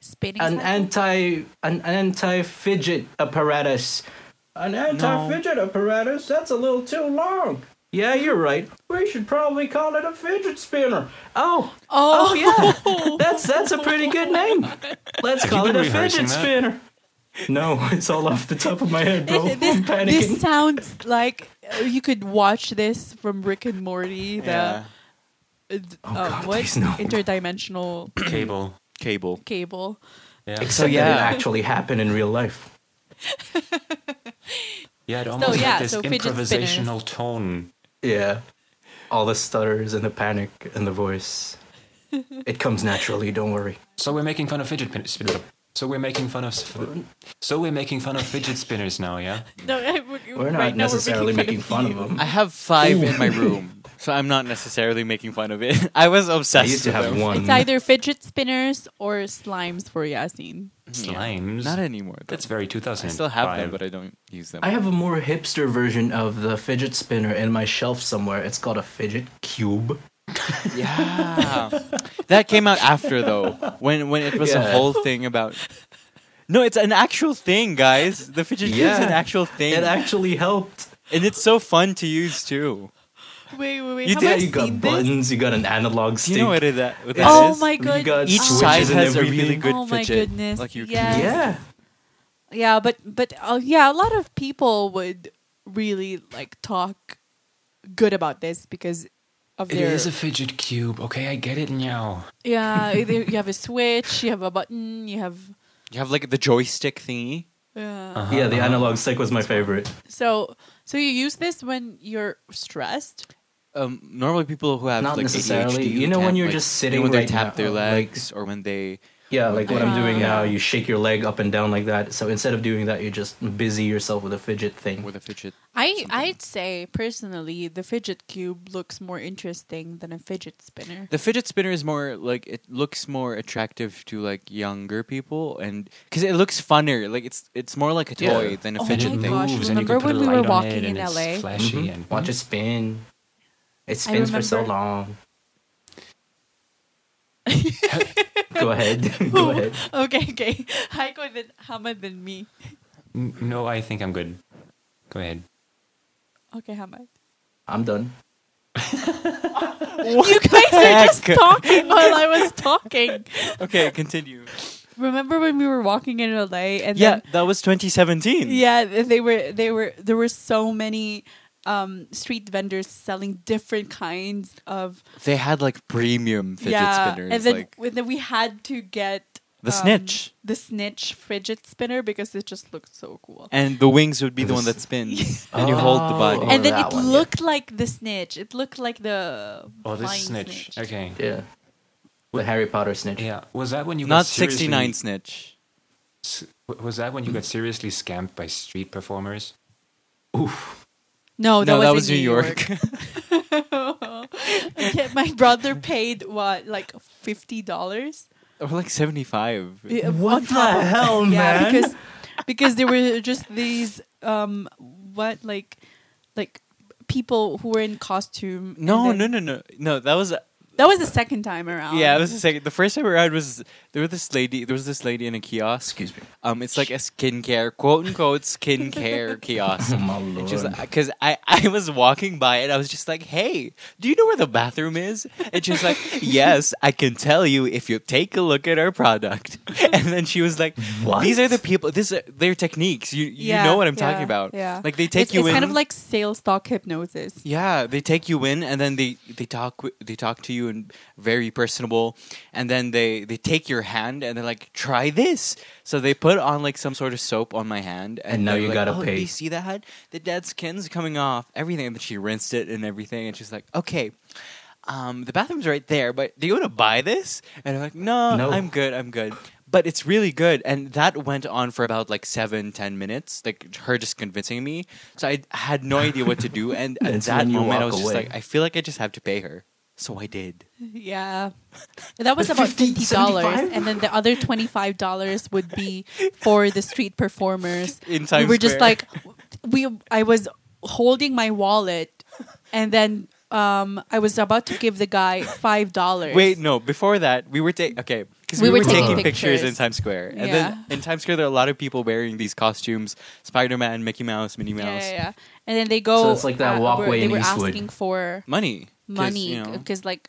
Spinning. an cycle? anti an anti fidget apparatus. An anti fidget apparatus? That's a little too long. Yeah, you're right. We should probably call it a fidget spinner. Oh, oh, yeah. That's that's a pretty good name. Let's Have you call it been a rehearsing fidget that? spinner. No, it's all off the top of my head, bro. This- I'm panicking. This sounds like uh, you could watch this from Rick and Morty. The Yeah. uh, Oh, God, what please, no. interdimensional Cable. Cable. cable. Yeah. Except So, that yeah. it actually happened in real life. Yeah, it almost yeah, had this so fidget spinners. improvisational tone. Yeah. All the stutters and the panic and the voice. It comes naturally, don't worry. So we're making fun of fidget pin- spinners. So we're making fun of. sp- So we're making fun of fidget spinners now. Yeah. No, I- We're right not now necessarily making fun, you. of them. I have five in my room, so I'm not necessarily making fun of it. I was I obsessed used to with have them. one. It's either fidget spinners or slimes for Yasin. Slimes. Not anymore. Though. That's very 2000. I still have them, but I don't use them. I have a more hipster version of the fidget spinner in my shelf somewhere. It's called a fidget cube. Yeah. that came out after though. When when it was Yeah. a whole thing about No, it's an actual thing, guys. The fidget cube is Yeah. an actual thing. It actually helped. and it's so fun to use too. Wait, wait, wait. You have I did- you got seen this? buttons, you got an Do analog stick. you know what it that what that Oh is? my You got goodness. Each side switches and has a really everything. good Oh my fidget. goodness, Like you can yes. Yeah. Yeah, but but uh, yeah, a lot of people would really like talk good about this because of It their is a fidget cube. Okay, I get it now. yeah. either you have a switch, you have a button, you have You have like the joystick thingy. yeah. Uh-huh, Yeah, Ah. the analog stick was my favorite. So so you use this when you're stressed. Um, normally people who have Not like ADHD, necessarily. who You know can't, when you're like, just you know sitting when they right tap now, their like- legs or when they Yeah, like what I'm doing Ah. now, you shake your leg up and down like that. So instead of doing that, you just busy yourself with a fidget thing. with a fidget. I I'd say personally the fidget cube looks more interesting than a fidget spinner. The fidget spinner is more like it looks more attractive to like younger people, and because it looks funner, like it's it's more like a Yeah. toy than Oh a my fidget and it thing. gosh, moves, and you can remember put a when we were light on walking it, and in it's LA? flashy Mm-hmm. and Watch it spin. It spins for so remember- long. Go ahead. Go ahead. Okay, okay. Heiko than Hama than me. N- No, I think I'm good. Go ahead. Okay, Hama. I'm done. You guys are just heck? talking while I was talking. Okay, continue. Remember when we were walking in LA and yeah, then, that was 2017. yeah, they were they were there were so many um, street vendors selling different kinds of they had like premium fidget yeah, spinners, and then, like and then we had to get the um, snitch, the snitch fidget spinner because it just looked so cool. and the wings would be the The one that s- spins, and you hold the Oh. body. And and then that it one, yeah. looked like the snitch. It looked like the Oh, this flying snitch. Okay. Yeah. The Harry Potter snitch. Yeah. Was that when you Not got seriously- 69 snitch. s- Was that when you got seriously scammed by street performers? No, Oh, that, no, was, that in was New York. Yeah, my brother paid what, like fifty dollars? Uh, or like 75. What the hell, Yeah, man? because because there were just these um what like like people who were in costume. and No, then- no, no, no, no. That was That was the second time around. Yeah, it was the second. The first time around was there was this lady. There was this lady in a kiosk. Excuse me. Um, it's like a skincare, quote unquote skincare kiosk. Oh my And lord. she was like, because I, I was walking by and I was just like, hey, do you know where the bathroom is? And she was like, yes, I can tell you if you take a look at our product. And then she was like, What? these are the people, this are their techniques. You, you Yeah, know what I'm yeah, talking about. yeah. Like they take it's, you it's in. kind of like sales stock hypnosis. Yeah, they take you in and then they they talk wi- they talk to you you and very personable. And then they they take your hand and they're like, "Try this." So they put on like some sort of soap on my hand, And now they were you like, gotta "Oh, pay." Do you see that? hand? The dead skin's coming off. Everything. And then she rinsed it and everything. And she's like, "Okay." Um, the bathroom's right there, but do you want to buy this? And I'm like, no, No. I'm good, I'm good. But it's really good, and that went on for about like seven, ten minutes, like her just convincing me. So I had no idea what to do, and at That's that when you moment I walk was just away. like, I feel like I just have to pay her. So I did. Yeah. That was The about 50, fifty dollars, 75? and then the other twenty five dollars would be for the street performers. In we Times were just Square. like, we. I was holding my wallet, and then um, I was about to give the guy five dollars. Wait, no. Before that, we were taking okay because we, were, taking pictures. in pictures. Times Square, and then in Times Square there are a lot of people wearing these costumes: Spider-Man, Mickey Mouse, Minnie Yeah, Mouse. yeah, yeah. And then they go. So it's like that where walkway they in were Eastwood. asking for Money, 'Cause, money you know, because like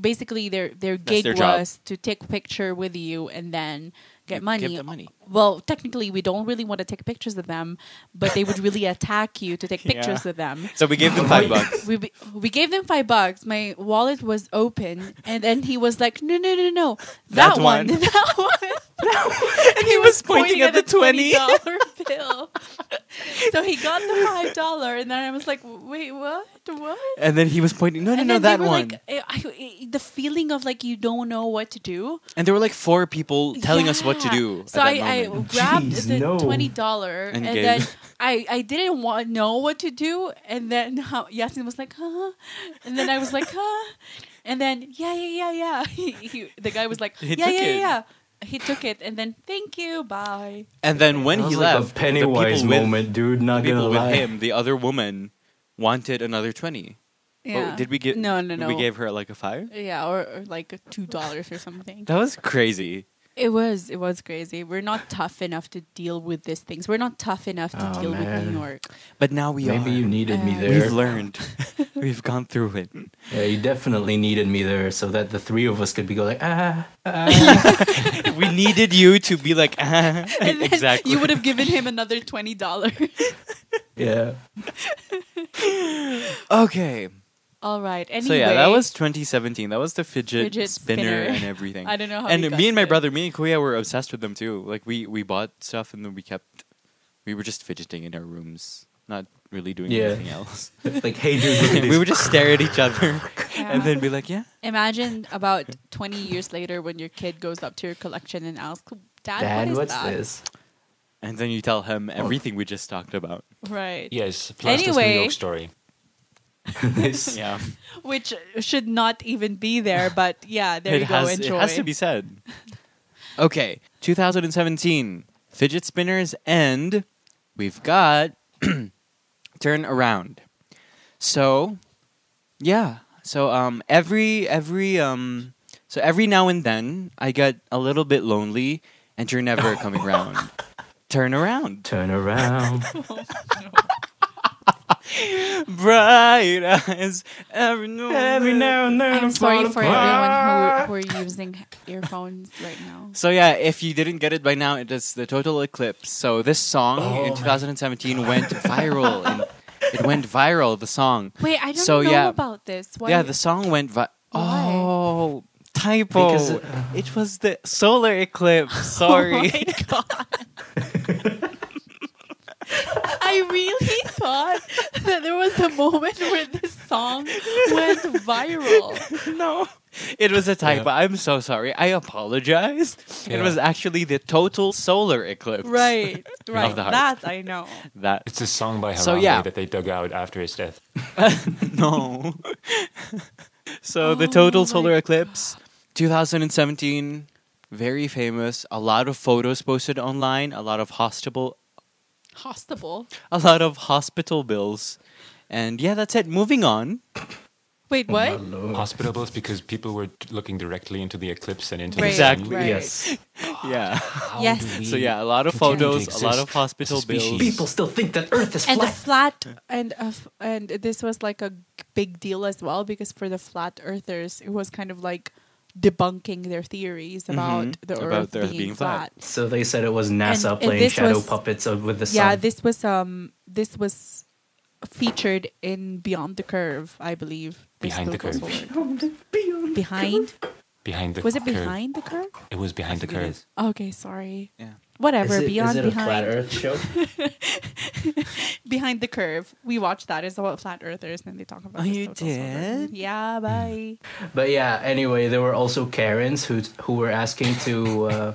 basically their their That's gig their job. was to take picture with you and then get You give money. them money. Well, technically we don't really want to take pictures of them, but they would really attack you to take pictures Yeah. with them. so we gave them five bucks. We we gave them five bucks. My wallet was open, and then he was like, "No, no, no, no, that, That one, one. that one." and he was pointing at the 20. dollar bill. so he got the five dollar, and then I was like, "Wait, what? What?" And then he was pointing. No, no, and no, then they that were one. Like, eh, I, eh, the feeling of like you don't know what to do. And there were like four people telling us what to Yeah. do. So at that I, I moment. grabbed Jeez, the no. twenty dollar, And and, gave. then I, I didn't want know what to do, and then how, Yasin was like, huh, and then I was like, huh, and then yeah yeah yeah yeah. He, he, the guy was like, He yeah took yeah it. yeah. He took it, and then thank you, bye. and then when That he was like left, a Pennywise the people moment, dude. With, the Not gonna people with lie. him, the other woman wanted another twenty. But Yeah. Oh, did we give? No no no. We gave her like a five. yeah, or, or like two dollars or something. That was crazy. It was it was crazy. We're not tough enough to deal with these things. We're not tough enough to Oh, deal with man. New York. But now we Maybe are. you needed me Uh, there. We've learned. We've gone through it. Yeah, you definitely needed me there so that the three of us could be going, ah, We needed you to be like ah, And then exactly. You would have given him another twenty dollars. yeah. okay. All right. Anyway, So yeah, that was 2017. That was the fidget, Fidget spinner, spinner. and everything. I don't know how. and we got me and my to it. brother, me and Kuya were obsessed with them too. Like we we bought stuff and then we kept we were just fidgeting in our rooms, not really doing Yeah. anything else. Like, hey, dude, look at we this. would just stare at each other and Yeah. then be like, "Yeah, Imagine about twenty years later when your kid goes up to your collection and asks, "Dad, what Dad, is what's that?" this? And then you tell him everything we just talked about. Right. Yes, plus this New Anyway. York story. this? Yeah, Which should not even be there, but yeah, there you it has go. Enjoy. it has to be said. Okay, 2017 fidget spinners, and we've got turn around. So, yeah. So um, every every um, so every now and then I get a little bit lonely, and you're never coming around. Turn around, Turn around. bright eyes every now and then. and then I'm sorry for everyone who, who are using earphones right now. So yeah, if you didn't get it by now, it is the Total Eclipse. So this song Oh in my 2017 went viral. And it went viral. The song. Wait, I don't So, know yeah. about this. Why Yeah, the song went viral. Why? Oh, typo. Because, uh, it was the solar eclipse. Oh Sorry. I really thought that there was a moment where this song went viral. no. It was a typo. I'm so sorry. I apologize. It Yeah. was actually the total solar eclipse. Right, right. right. the heart. That I know. That It's a song by Harambe So, yeah. that they dug out after his death. no. so the Oh total my solar eclipse, 2017, very famous. A lot of photos posted online. A lot of hospital, Hostable. a lot of hospital bills, and yeah, that's it. Moving on. Wait, what? Mm-hmm. Mm. Hospitables because people were t- looking directly into the eclipse and into Right, the sun. Exactly. right. Yes. Yeah. How Yes. do we So yeah, a lot of continue to photos, a lot exist of hospital as a species? bills. People still think that Earth is And the flat. flat and uh, f- and this was like a g- big deal as well because for the flat earthers it was kind of like debunking their theories about Mhm, the about earth, the Earth being, being flat. flat. So they said it was NASA And- and playing this shadow was- puppets of, with the sun. Yeah, this was um this was featured in Beyond the Curve, I believe. Behind the curve. Behind? Behind the Was it curve. behind the curve? It was behind the I think it curve. is. Okay, sorry. Yeah. Whatever. Is it, beyond is it a behind. flat Earth show? Behind the Curve. We watched that. It's about flat earthers, and they talk about. Oh, this you total solar- did? Yeah, bye. But yeah, anyway, there were also Karens who who were asking to uh,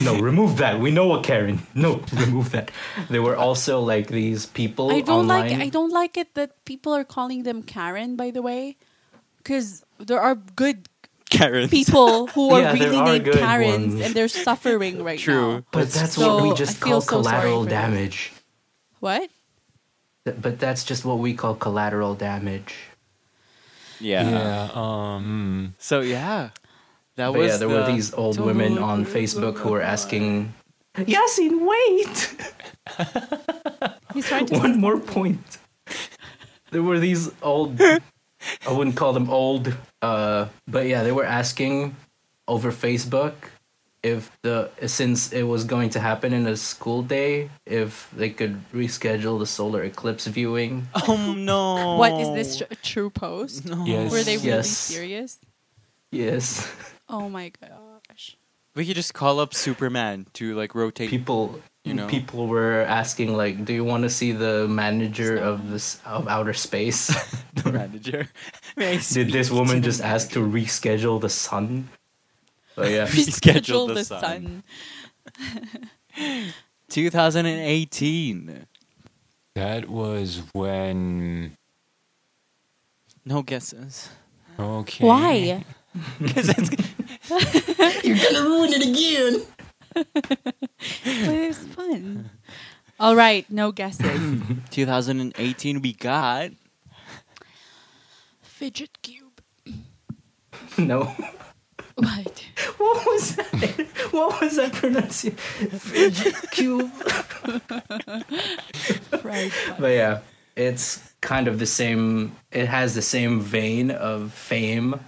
no remove that. We know a Karen. No, remove that. There were also like these people. I don't online. like I don't like it that people are calling them Karen by the way cuz there are good Karen. people who are Yeah, there really are named good Karens ones. and they're suffering right now. True. But that's So, what we I just feel so sorry call collateral for them. damage. What? Th- But that's just what we call collateral damage. Yeah. Um, So yeah, that But was. yeah, there the, were these old women on Facebook who were asking, Yasin, wait! He's trying to. One more point. There were these old, I wouldn't call them old, uh, but yeah, they were asking over Facebook if the since it was going to happen in a school day, if they could reschedule the solar eclipse viewing. Oh no! What is this tr- true post? No. Yes. Were they really Yes. serious? Yes, Oh my gosh. We could just call up Superman to like rotate. people. You know. People were asking, like, "Do you want to see the manager of this of outer space?" the manager. May I speak Did this to woman the just ask to reschedule the sun? But yeah, Reschedule Reschedule the the sun. sun. 2018. that was when. No guesses. Okay. Why? But it was fun. All right, no guesses. 2018. We got Fidget cube. no. What? What was that? What was that pronunciation? Fidget cube. Right. But yeah, it's kind of the same. It has the same vein of fame.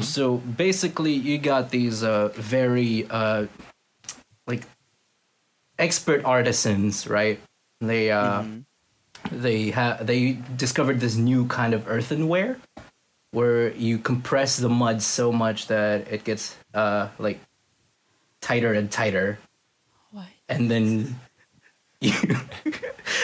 So basically, you got these uh, very uh, like expert artisans, right? They uh, they ha- they discovered this new kind of earthenware where you compress the mud so much that it gets uh, like tighter and tighter, What? and then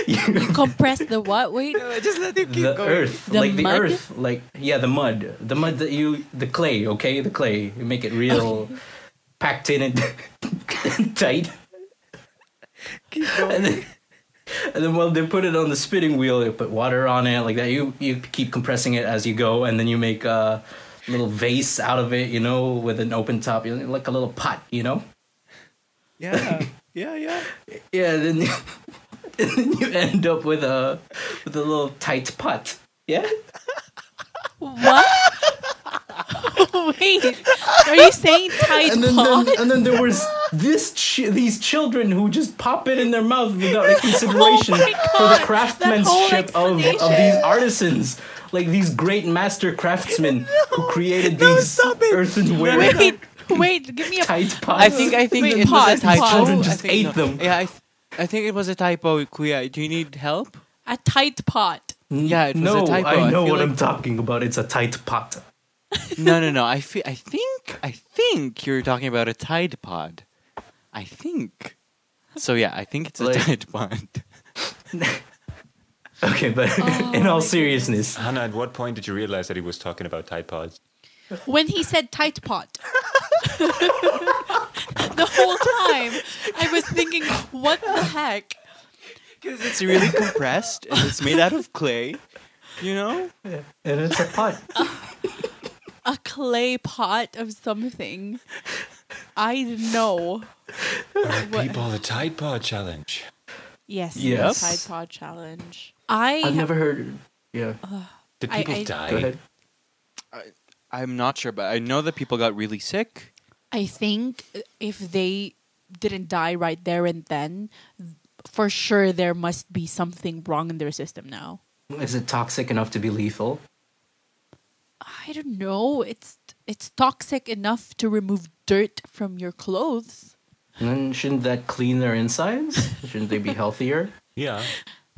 You compress the what? Wait. Uh, just let them the earth, The like the mud? earth, like yeah, the mud, the mud that you, the clay, okay, the clay. You make it real, packed in and, and tight, and then, and then while they put it on the spinning wheel, you put water on it like that. You you keep compressing it as you go, and then you make a little vase out of it, you know, with an open top, you know, like a little pot, you know. Yeah. Yeah. Yeah. Yeah, then you, and then you end up with a with a little tight pot. Yeah. What? Wait. Are you saying tight and then, pod? then- and then there was this chi- these children who just pop it in their mouth without any consideration for the craftsmanship of, of these artisans like these great master craftsmen who created these earthenware Wait. Wait. Give me a. tight pots I think. I think Wait, it pause, was a typo. pause. Children I just think- ate no. them. Yeah. I, th- I think it was a typo, Kuya. Do you need help? A tight pot. Yeah, it was Mm, no a typo. i know feel what like- i'm talking about it's a tight pot No, no, no. I feel, I think I think you're talking about a Tide Pod. I think. So yeah, I think it's a Like- Tide Pod. okay but in all seriousness Hannah, at what point did you realize that he was talking about Tide Pods? When he said tight pot. the whole time I was thinking, what the heck? Because it's really compressed and it's made out of clay. You know? and it's a pot A clay pot of something. I know. What? People, the Tide Pod challenge. Yes. Yes. The Tide Pod challenge. I i've never heard yeah Did I- people I- die? go ahead I'm not sure, but I know that people got really sick. I think if they didn't die right there and then, for sure there must be something wrong in their system now. is it toxic enough to be lethal I don't know. It's it's toxic enough to remove dirt from your clothes. and then shouldn't that clean their insides shouldn't they be healthier Yeah.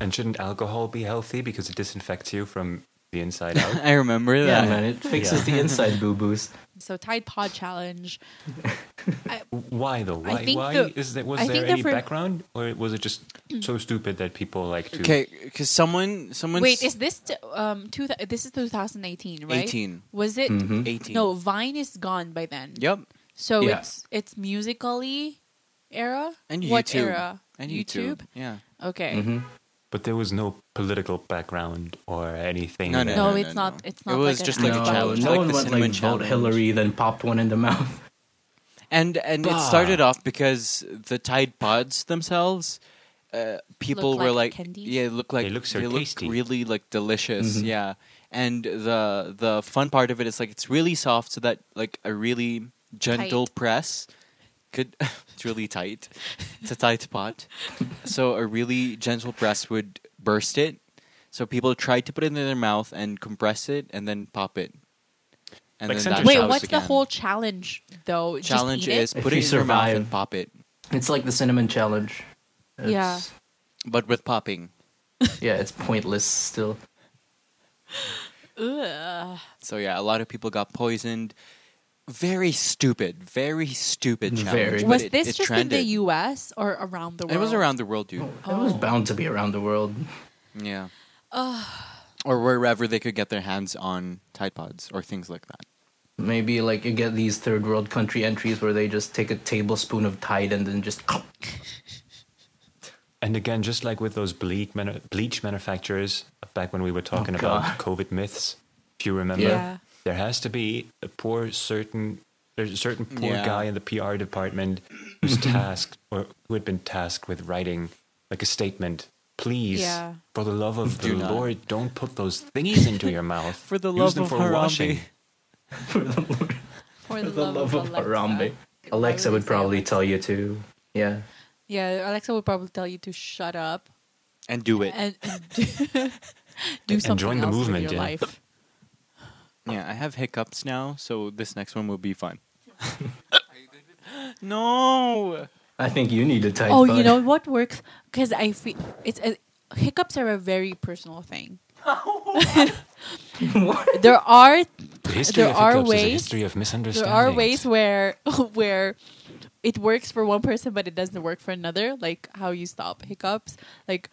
And shouldn't alcohol be healthy because it disinfects you from the inside out. I remember Yeah, that. man, it fixes the inside boo boos. So Tide Pod Challenge. Why though? Why? I think why the- is there? Was I there think the any fir- background, or was it just so stupid that people like to? Okay, because someone, someone. Wait, is this t- um two? Th- this is 2018, right? 18. Was it? Mhm. 18. No, Vine is gone by then. Yep. So Yeah. it's it's musically era And YouTube. What era? And YouTube. Yeah. Okay. Mhm. But there was no political background or anything. No, that- No, no, it's no. not. It's not. It was like just a like a no, challenge, no like one the went cinnamon like vote challenge. Hillary, then pop one in the mouth. And and it Bah. started off because the Tide Pods themselves, uh, people Look were like like, candy? yeah, look like They look so tasty. Mm-hmm. really like delicious, Mhm. yeah. And the the fun part of it is like it's really soft, so that like a really gentle press could it's really tight. It's a tight pot, so a really gentle press would burst it. So people tried to put it in their mouth and compress it and then pop it. And Like then that Central Wait, Challenge what's the again whole challenge though? Just challenge eat it? is If put you it in your mouth survive. and pop it, It's like the cinnamon challenge. It's, Yeah. but with popping. Yeah, it's pointless still. Ugh. So yeah, a lot of people got poisoned. Very stupid, very stupid Very. challenge. but Was it- this it just in trended. the U.S. or around the world? Oh. It was around the world, dude. It was bound to be around the world. Yeah. or wherever they could get their hands on Tide Pods or things like that. Maybe like you get these third world country entries where they just take a tablespoon of Tide and then just And again, just like with those bleach, manu- bleach manufacturers back when we were talking Oh, about God. COVID myths, if you remember, Yeah. there has to be a poor certain there's a certain poor Yeah. guy in the PR department who's tasked or who had been tasked with writing like a statement. Please, Yeah. for the love of Do the not. Lord, don't put those thingies into your mouth. For the Use love them of for Harambe. washing. for the love, For for the love of Alexa. Harambe. It Alexa would say probably Alexa. tell you to. Yeah. Yeah, Alexa would probably tell you to shut up And do it. and, and do And something join the else movement, with your yeah. life. yeah, I have hiccups now, so this next one will be fun. no. I think you need a Tide Oh, Pod. you know what works? Because I feel it's a, hiccups are a very personal thing. there are The history There of hiccups are is a ways- history of there misunderstanding. are ways where where it works for one person, but it doesn't work for another. Like how you stop hiccups. Like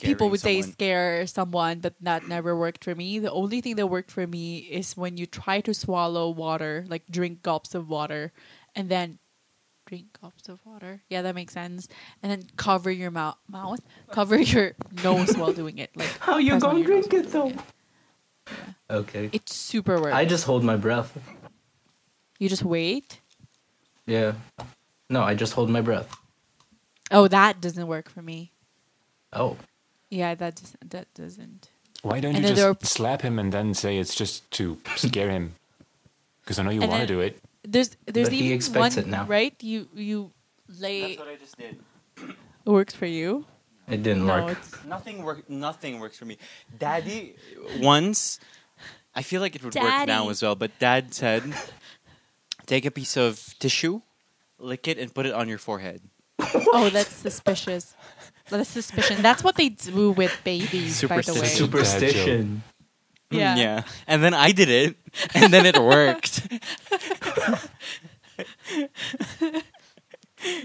people Scaring would say someone. scare someone, but that never worked for me. The only thing that worked for me is when you try to swallow water, like drink gulps of water, and then drink gulps of water. Yeah, that makes sense. And then cover your mouth, mouth, cover your nose while doing it. Like How you press on gonna your nose drink it while though? doing Okay. It super works. I just hold my breath. you just wait. Yeah. No, I just hold my breath. Oh, that doesn't work for me. Oh. Yeah, that does, that doesn't. Why don't And you then just there are- slap him and then say it's just to scare him? Because I know you And want to then- do it. There's there's But he even expects one it now. right. You you lay it I just did. works for you. It didn't No, work. it's Nothing work. Nothing works for me. Daddy, once I feel like it would work now Daddy. as well. But Dad said, take a piece of tissue, lick it, and put it on your forehead. oh, that's suspicious. That's suspicion. That's what they do with babies, by the way. Superstitious. Super- Superstition. yeah. yeah. And then I did it, and then it worked.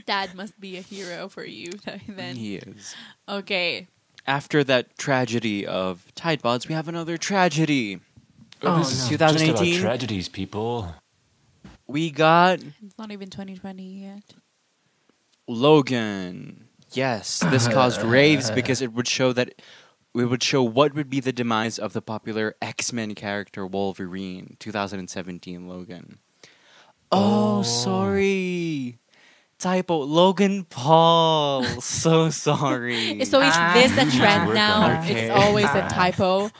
Dad must be a hero for you. Then he is. okay. After that tragedy of Tide Pods, we have another tragedy. Oh, this is no. Just 2018. about tragedies, people. we got It's not even 2020 yet. Logan. Yes, this caused raves because it would show that it would show what would be the demise of the popular X-Men character Wolverine, 2017 Logan. Oh, sorry. Typo Logan Paul. so sorry. So is this a trend Work now? on it. It's always a typo.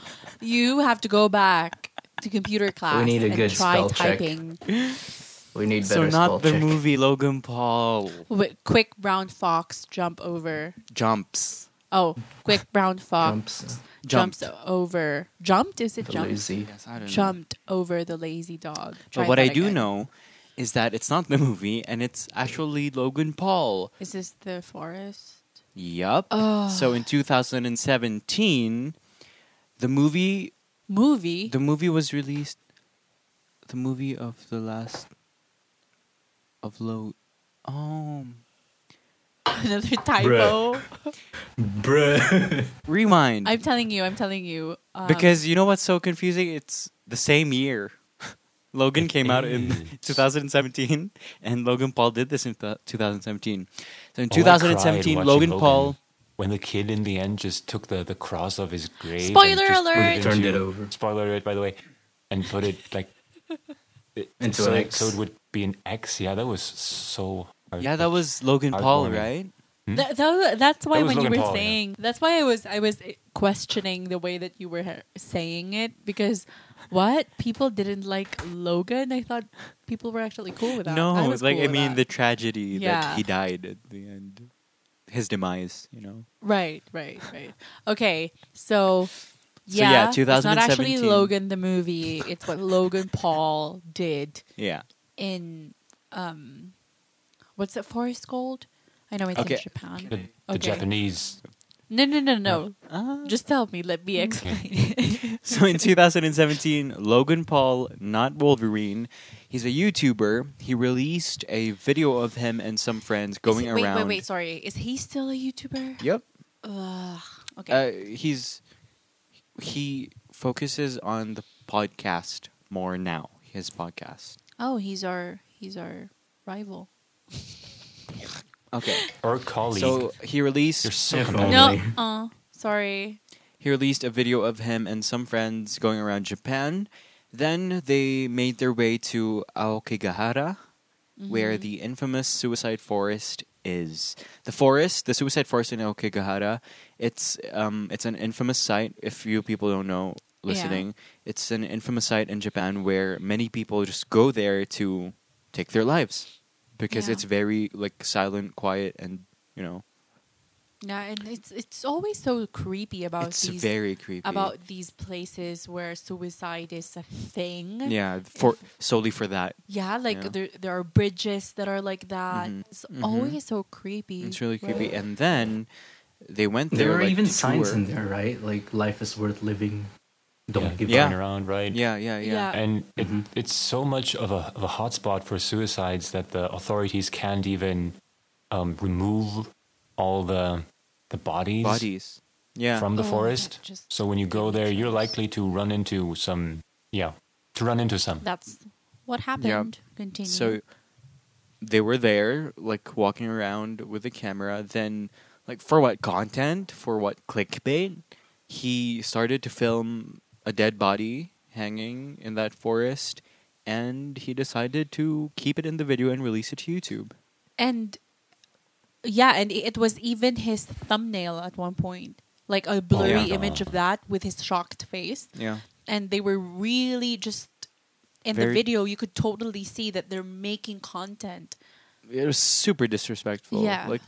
You have to go back to computer class need a and good try spell check. typing. We need so better spell not the check. movie Logan Paul Wait, quick brown fox jump over. jumps. Oh, quick brown fox Jumps. uh, jumps over. Jumped? Is it The jumped? lazy. Yes, I don't know. jumped over the lazy dog. Try But what that I do again. know is that it's not the movie and it's actually Logan Paul. is this the forest. Yup. Ugh. So in 2017, the movie movie. The movie was released. The movie of the last of low. Oh, Another typo. Bruh. rewind. I'm telling you. I'm telling you. Um, because you know what's so confusing? It's the same year. Logan came out in 2017, and Logan Paul did this in th- 2017. So Oh, in I 2017, cried watching Logan Paul. when the kid in the end just took the, the cross of his grave. and Spoiler just put alert! into- Turned it over. Spoiler alert, by the way, and put it like it- Into so, an X. so it would be an X. Yeah, that was so hard. Yeah, that was Logan Paul, Heartwarming. right? That, that was- that's why That was when you Logan were Paul, yeah. saying that's why I was I was questioning the way that you were ha- saying it because what people didn't like Logan I thought people were actually cool with that No, I like was cool I with mean the that. tragedy Yeah. that he died at the end, his demise. You know, right right right okay so yeah, yeah, it's not actually 2017. Logan the movie it's what Logan Paul did yeah. in um what's that forest called I know it's Okay. in Japan The, the Okay. Japanese. no no no no Ah. just tell me let me explain it. so in 2017, Logan Paul, not Wolverine, he's a YouTuber. He released a video of him and some friends going Is- wait, around. Wait, wait, sorry. Is he still a YouTuber? Yep. Ugh. Okay. Uh, he's he focuses on the podcast more now. His podcast. oh, he's our he's our rival. Okay. Or colleague. So he released You're so Yeah, compelling. No. Only. Uh, sorry. He released a video of him and some friends going around Japan. Then they made their way to Aokigahara, Mm-hmm. where the infamous suicide forest is. The forest, the suicide forest in Aokigahara, it's um, it's an infamous site. If you people don't know, listening, it's an infamous site in Japan where many people just go there to take their lives because Yeah. it's very like silent, quiet, and you know, Yeah, and it's it's always so creepy about it's these very creepy. about these places where suicide is a thing. yeah, for solely for that. Yeah, like Yeah. there there are bridges that are like that. Mhm. It's Mhm. always so creepy. It's really Right. creepy. And then they went there. There were like, to even signs tour. in there, right? Like life is worth living. yeah, Don't give Yeah. up. going around, right? Yeah, yeah, yeah. Yeah. And it, Mhm. it's so much of a, of a hotspot for suicides that the authorities can't even um, remove all the the bodies, Bodies. Yeah. from the Oh, forest. that just- So when you go there, you're Dangerous. likely to run into some, yeah, to run into some. That's what happened. Continue. so they were there, like walking around with a camera. Then, like, for what content? For what clickbait? He started to film a dead body hanging in that forest, and he decided to keep it in the video and release it to YouTube. and yeah and it was even his thumbnail at one point like a blurry yeah. image of that with his shocked face Yeah. and they were really just in the Very- video you could totally see that they're making content it was super disrespectful. Yeah. Like,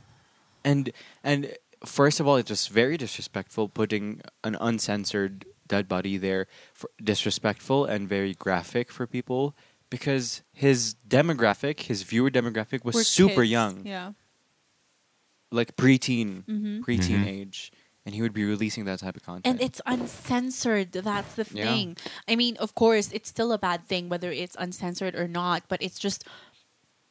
and and first of all, it's just very disrespectful putting an uncensored dead body there. For, disrespectful and very graphic for people because his demographic, his viewer demographic, was We're super kids. young, yeah like preteen, Mhm. preteen Mhm. age, and he would be releasing that type of content. and it's uncensored that's the Yeah. thing i mean of course it's still a bad thing whether it's uncensored or not but it's just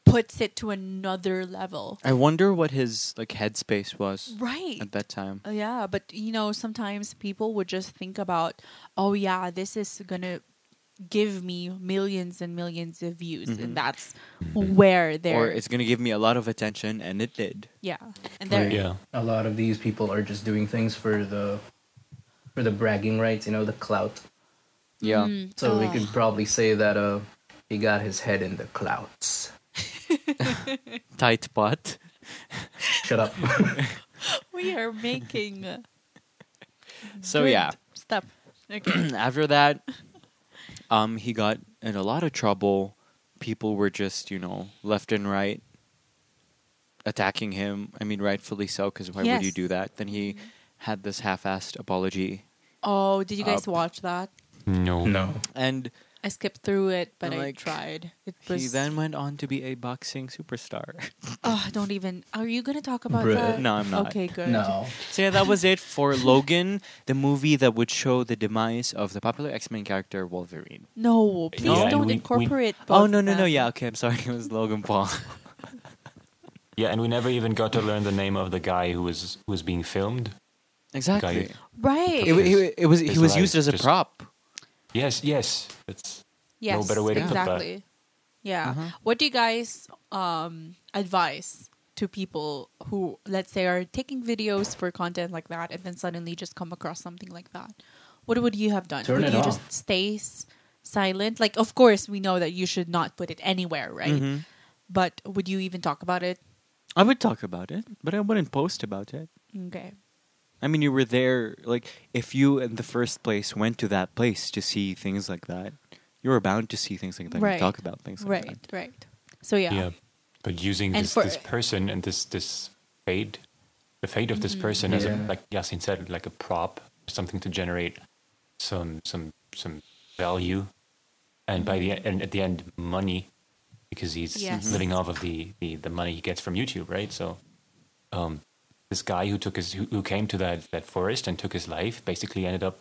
puts it to another level I wonder what his like headspace was right at that time. Uh, Yeah, but you know, sometimes people would just think about, oh yeah, this is gonna give me millions and millions of views, and that's where Mm-hmm. Or they're it's gonna give me a lot of attention, and it did. yeah, and they're Yeah, a lot of these people are just doing things for the for the bragging rights, you know, the clout. Yeah. Mm, So we ugh. could probably say that uh he got his head in the clouds. Tight butt. Shut up. we are making uh, So good yeah. stuff. Okay, after that, um, he got in a lot of trouble. People were just, you know, left and right attacking him. I mean, rightfully so, because why would you Yes. Mm-hmm. do that? Then he had this half-assed apology, Uh, oh, did you guys Up. watch that? no, no. and I skipped through it, but I Like, tried. It he was. then went on to be a boxing superstar. oh, don't even. Are you gonna talk about Bruh. that? No, I'm not. Okay, good. No. So yeah, that was it for Logan, the movie that would show the demise of the popular X-Men character Wolverine. No, please Yeah, and don't we- we- incorporate. oh both no no no them. yeah okay I'm sorry it was Logan Paul. Yeah, and we never even got to learn the name of the guy who was who was being filmed. exactly. Right. It, wa- he wa- it was he His was life used as a just- prop. Yes, yes. That's yes. better way to put that. exactly. Yeah. Uh-huh. What do you guys um, advise to people who, let's say, are taking videos for content like that, and then suddenly just come across something like that? What would you have done? Turn would it you off. just stay s- silent? Like, of course, we know that you should not put it anywhere, right? Mhm. But would you even talk about it? I would talk about it, but I wouldn't post about it. Okay. I mean, you were there. Like, if you in the first place went to that place to see things like that, you were bound to see things like that Right. and talk about things like right. that. Right. So yeah. yeah. But using And this, for- this person and this this fate, the fate of this Mm-hmm. person as a, Yeah. like Yasin said, like a prop, something to generate some some some value, and by the e- and at the end money, because he's Mm-hmm. Yes. Mm-hmm. living off of the, the the money he gets from YouTube, right? So, um, this guy who took his who, who came to that that forest and took his life basically ended up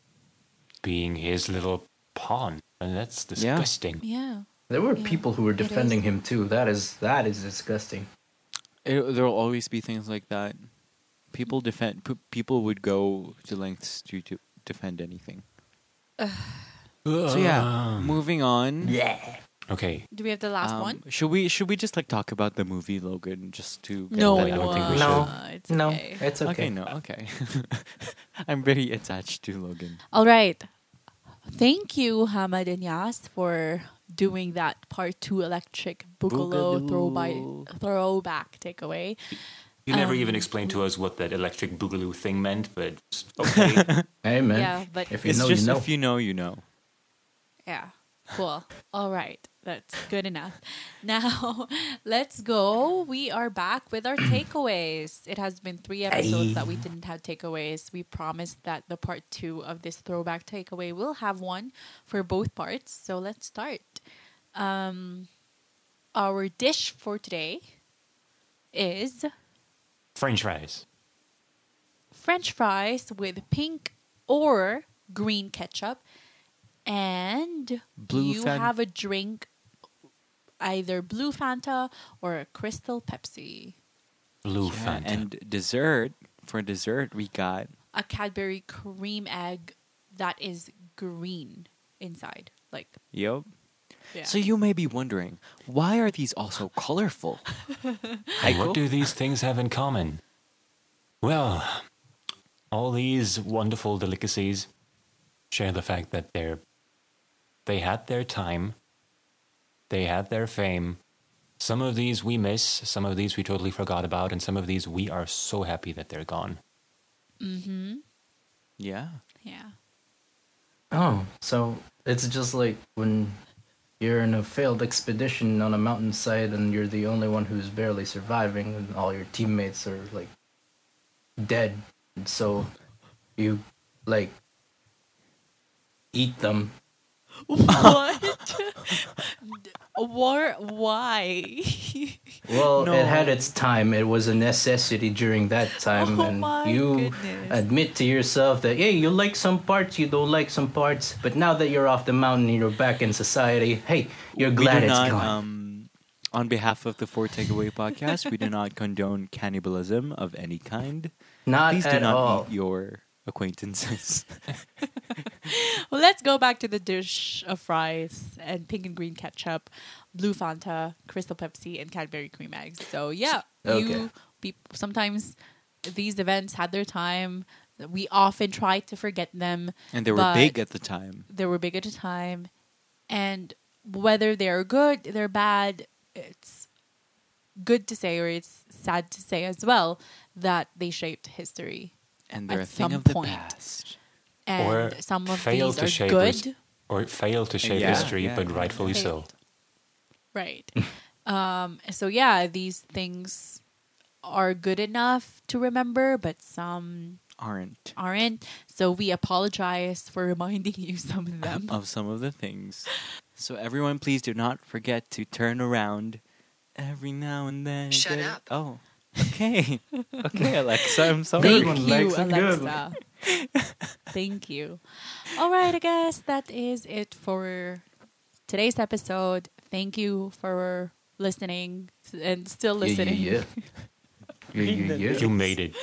being his little pawn, and that's Yeah. disgusting. Yeah. There were Yeah, people who were it is. defending him too. That is that is disgusting. It, there will always be things like that. People defend. P- people would go to lengths to, to defend anything. So yeah, Um, moving on. Yeah. okay. Do we have the last Um, one? Should we should we just like talk about the movie Logan just to get No, I don't think we no. should. It's No, okay. it's okay. okay. no okay I'm very attached to Logan All right. Thank you, Hamad and Yas, for doing that part two electric boogaloo Boogaloo. throwby, throwback takeaway. You never Um, even explained to us what that electric boogaloo thing meant, but okay. Hey man. Yeah, but- if you it's know, just you know. if you know you know Yeah. Cool. All right. That's good enough. Now, let's go. We are back with our takeaways. It has been three episodes that we didn't have takeaways. We promised that the part two of this throwback takeaway will have one for both parts. So let's start. Um, our dish for today is French fries. French fries with pink or green ketchup, and Blue you Fan- have a drink, either blue Fanta or a crystal Pepsi, Blue Yeah, Fanta. and dessert for dessert we got a Cadbury cream egg that is green inside. Like, yep yeah. So you may be wondering, why are these also colorful? And Heiko? what do these things have in common? Well, all these wonderful delicacies share the fact that they're they had their time, they had their fame. Some of these we miss, some of these we totally forgot about, and some of these we are so happy that they're gone. mm-hmm. yeah. Yeah. Oh, so it's just like when you're in a failed expedition on a mountainside and you're the only one who's barely surviving and all your teammates are like dead. And so you like eat them. what? War? Why? Well, No. it had its time. It was a necessity during that time Oh and my you goodness. admit to yourself that hey, you like some parts, you don't like some parts, but now that you're off the mountain and you're back in society, hey, you're we glad do it's not, gone. Um, on behalf of the Four Takeaway Podcast, we do not condone cannibalism of any kind. not Please at do not all. eat your acquaintances. Well, let's go back to the dish of fries and pink and green ketchup, blue Fanta, crystal Pepsi, and Cadbury cream eggs. So yeah, Okay. you peop sometimes these events had their time. We often try to forget them. and they were But- big at the time. They were big at a time, and whether they're good, they're bad. It's good to say, or it's sad to say as well, that they shaped history. And they're At a thing some of the point. past. And or some of fail these to are shape good. his- or fail to shape Yeah, history, yeah, but yeah. rightfully so. Failed. Right. um, so yeah, these things are good enough to remember, but some Aren't. aren't. So we apologize for reminding you some of them. Of some of the things. So everyone, please do not forget to turn around every now and then. Shut Good- up. Oh, okay, okay, Alexa. I'm Thank sorry. one, you, Lex, and good Alexa. Thank you. All right, I guess that is it for today's episode. Thank you for listening and still listening. Yeah, yeah, yeah. yeah, yeah, You yeah. made it.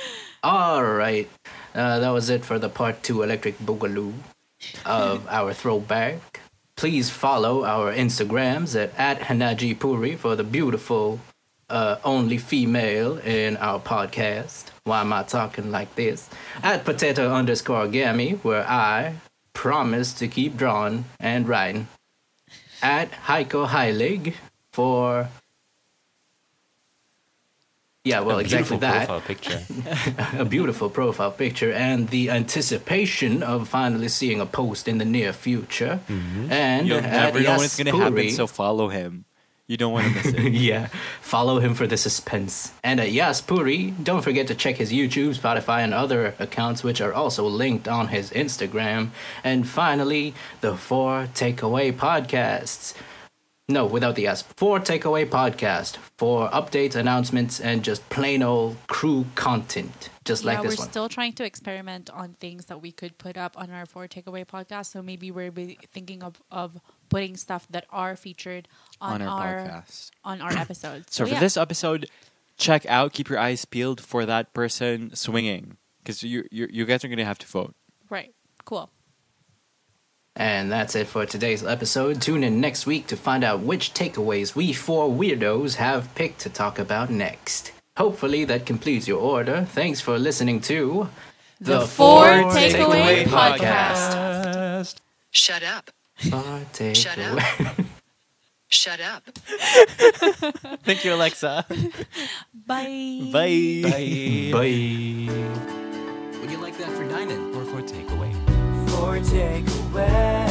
All right. Uh, that was it for the part two electric boogaloo of our throwback. Please follow our Instagrams at, at Hanaji Puri for the beautiful uh, only female in our podcast. Why am I talking like this? At potato underscore gammy, where I promise to keep drawing and writing. At Heiko Heilig for. Yeah, well, A exactly beautiful that Profile picture. a beautiful profile picture and the anticipation of finally seeing a post in the near future. And You'll at Mm-hmm. never know what's gonna happen, Yaspuri- so follow him. You don't want to miss it. yeah, follow him for the suspense. And at Yaspuri, don't forget to check his YouTube, Spotify, and other accounts, which are also linked on his Instagram. And finally, the four takeaway podcasts. No, without the S. Four takeaway podcast for updates, announcements, and just plain old crew content, just like yeah, this we're one. still trying to experiment on things that we could put up on our four takeaway podcast. So maybe we're be thinking of, of putting stuff that are featured on, on our, our, podcast. on our episodes. So for yeah. this episode, check out. Keep your eyes peeled for that person swinging, because you, you you guys are gonna have to vote. right, cool. And that's it for today's episode. Tune in next week to find out which takeaways we four weirdos have picked to talk about next. Hopefully that completes your order. Thanks for listening to The, Four Takeaway Podcast. Podcast. Shut up. Four Takeaway. Shut up. Shut up. Thank you, Alexa. Bye. Bye. Bye. Would you like that for dining? for takeaway.